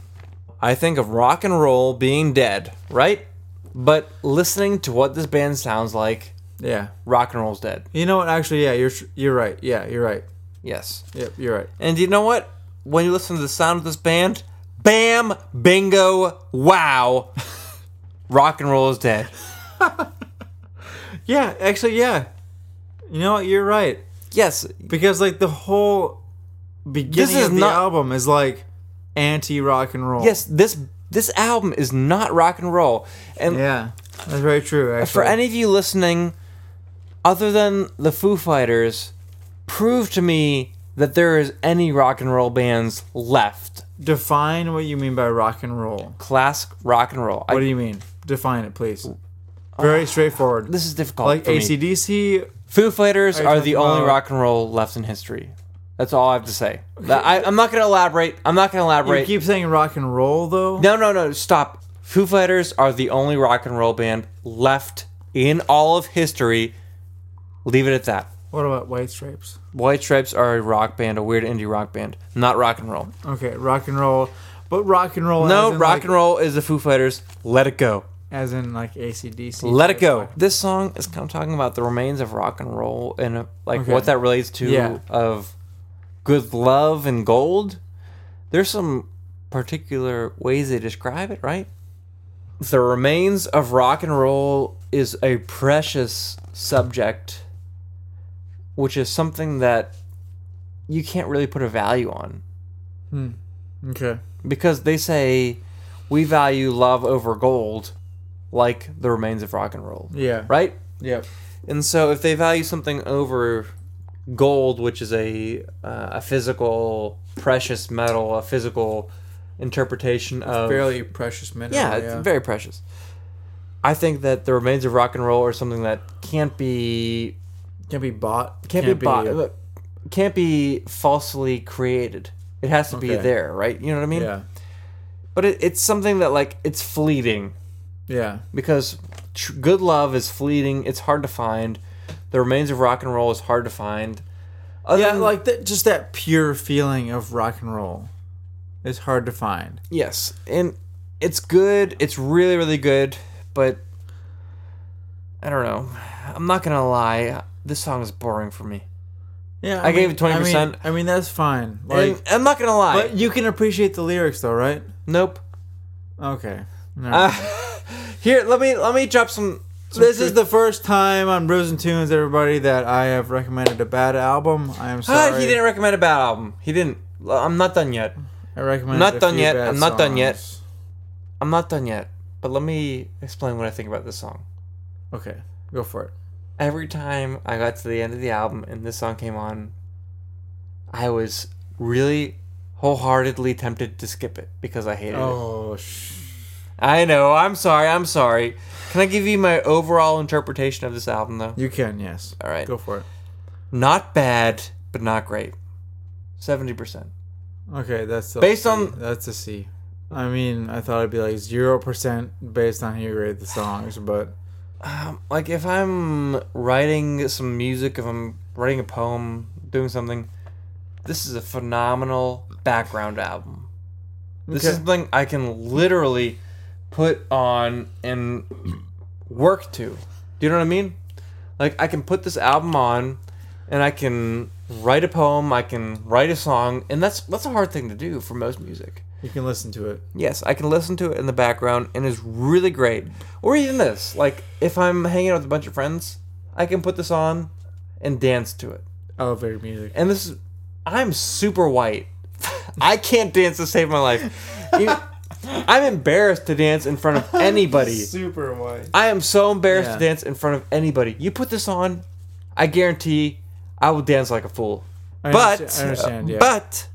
Speaker 2: I think of rock and roll being dead, right? But listening to what this band sounds like,
Speaker 3: Yeah.
Speaker 2: rock and roll's dead.
Speaker 3: You know what? Actually, yeah, you're you're right. Yeah, you're right.
Speaker 2: Yes.
Speaker 3: Yep, you're right.
Speaker 2: And you know what? When you listen to the sound of this band, bam, bingo, wow, (laughs) rock and roll is dead.
Speaker 3: Yeah, actually, yeah. You know what? You're right
Speaker 2: Yes.
Speaker 3: because like the whole beginning
Speaker 2: is
Speaker 3: of the
Speaker 2: not-
Speaker 3: album is like anti rock and roll.
Speaker 2: Yes, this this album is not rock and roll. And
Speaker 3: Yeah, that's very true. Actually.
Speaker 2: for any of you listening, other than the Foo Fighters, prove to me that there is any rock and roll bands left.
Speaker 3: define what you mean by rock and roll.
Speaker 2: Classic rock and roll. I-
Speaker 3: What do you mean? Define it, please. Very straightforward.
Speaker 2: Uh, this is difficult.
Speaker 3: like
Speaker 2: for me.
Speaker 3: ACDC.
Speaker 2: Foo Fighters
Speaker 3: you
Speaker 2: are, the
Speaker 3: talking
Speaker 2: only
Speaker 3: about-
Speaker 2: rock and roll left in history. That's all I have to say. That- I, am not going to elaborate. I'm not going to
Speaker 3: You
Speaker 2: elaborate.
Speaker 3: keep saying rock and roll though.
Speaker 2: no, no, no. Stop. Foo Fighters are the only rock and roll band left in all of history. Leave it at that.
Speaker 3: What about White Stripes?
Speaker 2: White Stripes are a rock band, a weird indie rock band, not rock and roll.
Speaker 3: Okay, rock and roll, but rock and roll.
Speaker 2: No,
Speaker 3: as in
Speaker 2: rock
Speaker 3: like,
Speaker 2: and roll is the Foo Fighters. Let it go.
Speaker 3: as in like ACDC.
Speaker 2: Let it go. This song is kind of talking about the remains of rock and roll and uh, like
Speaker 3: Okay.
Speaker 2: what that relates to
Speaker 3: Yeah.
Speaker 2: of good love and gold. There's some particular ways they describe it, right? The remains of rock and roll is a precious subject, which is something that you can't really put a value on.
Speaker 3: Okay.
Speaker 2: because they say we value love over gold like the remains of rock and roll
Speaker 3: Yeah.
Speaker 2: right
Speaker 3: Yep.
Speaker 2: and so if they value something over gold which is a uh, a physical precious metal a physical interpretation of
Speaker 3: Fairly precious mineral.
Speaker 2: yeah, it's very precious i think that the remains of rock and roll are something that can't be
Speaker 3: can't be bought.
Speaker 2: can't, be bought can't be falsely created it has to be
Speaker 3: Okay.
Speaker 2: there right you know what i mean
Speaker 3: Yeah.
Speaker 2: but it, it's something that like it's fleeting
Speaker 3: Yeah.
Speaker 2: because tr- good love is fleeting. It's hard to find. The remains of rock and roll is hard to find. Other
Speaker 3: Yeah,
Speaker 2: than-
Speaker 3: like that. Just that pure feeling of rock and roll is hard to find.
Speaker 2: yes, and it's good. It's really really good, but I don't know. I'm not gonna lie. This song is boring for me.
Speaker 3: Yeah.
Speaker 2: I gave it 20%.
Speaker 3: I mean, I mean, that's fine. Like,
Speaker 2: Like, I'm not gonna lie.
Speaker 3: but you can appreciate the lyrics though, right?
Speaker 2: nope. (laughs)
Speaker 3: Okay. No.
Speaker 2: Here, let me let me drop some. some
Speaker 3: this
Speaker 2: truth.
Speaker 3: is the first time on Brews and Tunes, everybody, that I have recommended a bad album. I am
Speaker 2: Ah, (laughs)
Speaker 3: sorry.
Speaker 2: he didn't recommend a bad album. He didn't. I'm not done yet.
Speaker 3: I recommended.
Speaker 2: Not
Speaker 3: a
Speaker 2: done
Speaker 3: few
Speaker 2: yet.
Speaker 3: bad
Speaker 2: I'm not done yet.
Speaker 3: songs.
Speaker 2: I'm not done yet. But let me explain what I think about this song.
Speaker 3: Okay, go for it.
Speaker 2: every time I got to the end of the album and this song came on, I was really wholeheartedly tempted to skip it because I hated it.
Speaker 3: Oh, sh-
Speaker 2: I know. I'm sorry. I'm sorry. Can I give you my overall interpretation of this album though?
Speaker 3: you can. Yes.
Speaker 2: All right.
Speaker 3: Go for it.
Speaker 2: Not bad, but not great. 70%.
Speaker 3: Okay, that's a
Speaker 2: Based
Speaker 3: C.
Speaker 2: on-
Speaker 3: that's a C. I mean, I thought it'd be like zero percent based on how you rate the songs, but
Speaker 2: like if I'm writing some music, if I'm writing a poem, doing something, this is a phenomenal background album. This is
Speaker 3: Okay.
Speaker 2: something I can literally put on and work to. Do you know what I mean? Like I can put this album on and I can write a poem, I can write a song, and that's that's a hard thing to do for most music.
Speaker 3: You can listen to it.
Speaker 2: Yes, I can listen to it in the background and it's really great. Or even this, like if I'm hanging out with a bunch of friends, I can put this on and dance to it.
Speaker 3: Elevator music.
Speaker 2: And this is I'm super white. (laughs) I can't dance to save my life. You- I'm embarrassed to dance in front of anybody.
Speaker 3: Super white.
Speaker 2: I am so embarrassed to
Speaker 3: Yeah.
Speaker 2: dance in front of anybody. You put this on, I guarantee I will dance like a fool.
Speaker 3: I
Speaker 2: but uh,
Speaker 3: understand- I understand, yeah.
Speaker 2: but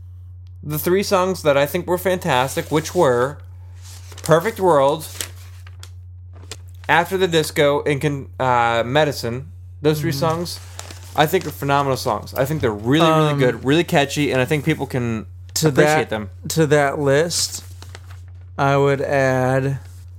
Speaker 2: the three songs that I think were fantastic, which were Perfect World, After the Disco, and Con- uh, Medicine, those 3 songs, I think are phenomenal songs. I think they're really, really
Speaker 3: Mm-hmm. Um,
Speaker 2: good, really catchy, and I think people can
Speaker 3: To
Speaker 2: appreciate
Speaker 3: that,
Speaker 2: them.
Speaker 3: To that list, I would add.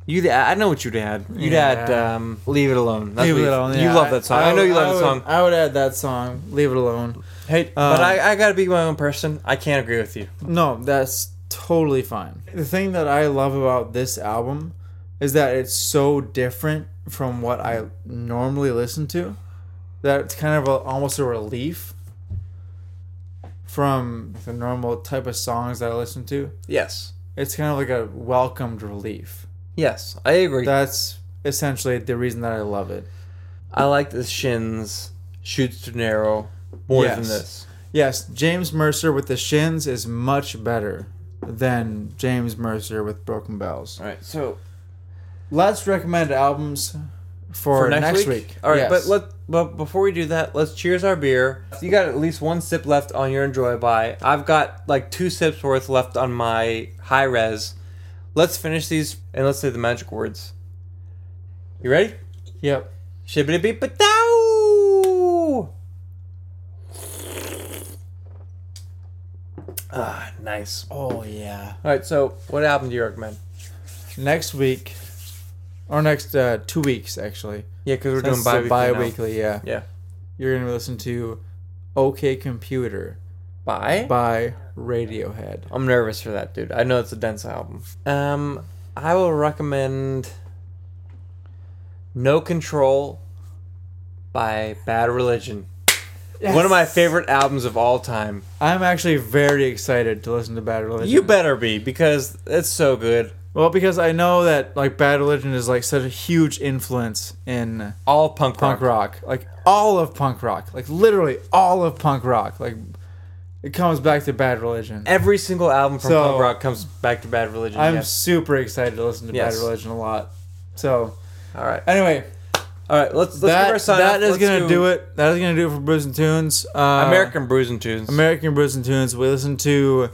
Speaker 2: You'd add, I know what you'd add. You'd
Speaker 3: Yeah.
Speaker 2: add um, Leave It Alone. That's
Speaker 3: Leave
Speaker 2: what
Speaker 3: it
Speaker 2: you-
Speaker 3: alone.
Speaker 2: You
Speaker 3: yeah.
Speaker 2: love that song. I, know you
Speaker 3: I
Speaker 2: love
Speaker 3: would- um,
Speaker 2: that song.
Speaker 3: I would add that song. Leave it alone. Uh,
Speaker 2: Hey, but I, I gotta be my own person. I can't agree with you.
Speaker 3: No, that's totally fine. The thing that I love about this album is that it's so different from what I normally listen to that it's kind of a, almost a relief from the normal type of songs that I listen to.
Speaker 2: Yes.
Speaker 3: It's kind of like a welcomed relief.
Speaker 2: Yes, I agree.
Speaker 3: That's essentially the reason that I love it.
Speaker 2: I like the shins shoots to narrow more than
Speaker 3: Yes.
Speaker 2: this.
Speaker 3: Yes, James Mercer with the Shins is much better than James Mercer with Broken Bells.
Speaker 2: All right. So
Speaker 3: Let's recommend albums
Speaker 2: for
Speaker 3: for,
Speaker 2: next, week. All right,
Speaker 3: Yes.
Speaker 2: but let but before we do that, let's cheers our beer. You got at least one sip left on your enjoy by. I've got like two sips worth left on my high res. Let's finish these and let's say the magic words. You ready?
Speaker 3: Yep.
Speaker 2: Shibbity beep a dow. Ah, nice. All
Speaker 3: Oh yeah.
Speaker 2: right, so what album do you recommend?
Speaker 3: Next week, or next uh, two weeks actually.
Speaker 2: Yeah, because we're
Speaker 3: Since it's a
Speaker 2: doing bi weekly.
Speaker 3: bi-weekly. Yeah.
Speaker 2: Yeah.
Speaker 3: You're gonna listen to "OK Computer"
Speaker 2: Bi?
Speaker 3: by Radiohead.
Speaker 2: I'm nervous for that, dude. I know it's a dense album. Um, I will recommend No Control by Bad Religion. One of my favorite albums of all time.
Speaker 3: I'm actually very excited to listen to Bad Religion.
Speaker 2: You better be, because it's so good.
Speaker 3: Well, because I know that like Bad Religion is like such a huge influence in
Speaker 2: All punk rock.
Speaker 3: punk rock, like all of punk rock, like literally all of punk rock, like it comes back to Bad Religion.
Speaker 2: Every single album from
Speaker 3: So-
Speaker 2: punk rock comes back to Bad Religion.
Speaker 3: I'm
Speaker 2: yeah.
Speaker 3: super excited to listen to
Speaker 2: Yes.
Speaker 3: Bad Religion a lot. So
Speaker 2: All right.
Speaker 3: anyway,
Speaker 2: All right, let's, let's give our
Speaker 3: that
Speaker 2: sign
Speaker 3: that
Speaker 2: off.
Speaker 3: is
Speaker 2: Let's
Speaker 3: gonna do it. That is gonna do it for Bruce and Tunes. Uh,
Speaker 2: American Brews and Tunes.
Speaker 3: American Bruce and Tunes. We listen to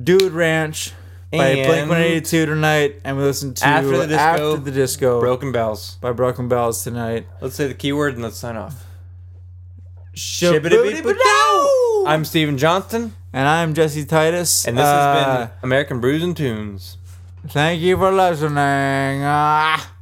Speaker 3: Dude Ranch by
Speaker 2: And-
Speaker 3: Blink One Eighty Two tonight, and we listen to
Speaker 2: After the Disco,
Speaker 3: After the Disco
Speaker 2: Broken Bells.
Speaker 3: by Broken Bells tonight.
Speaker 2: Let's say the keyword and let's sign off.
Speaker 3: Shaboodie-ba-dow!
Speaker 2: I'm Steven Johnston,
Speaker 3: and I'm Jesse Titus,
Speaker 2: and this
Speaker 3: Uh,
Speaker 2: has been American Brews and Tunes.
Speaker 3: Thank you for listening. Ah.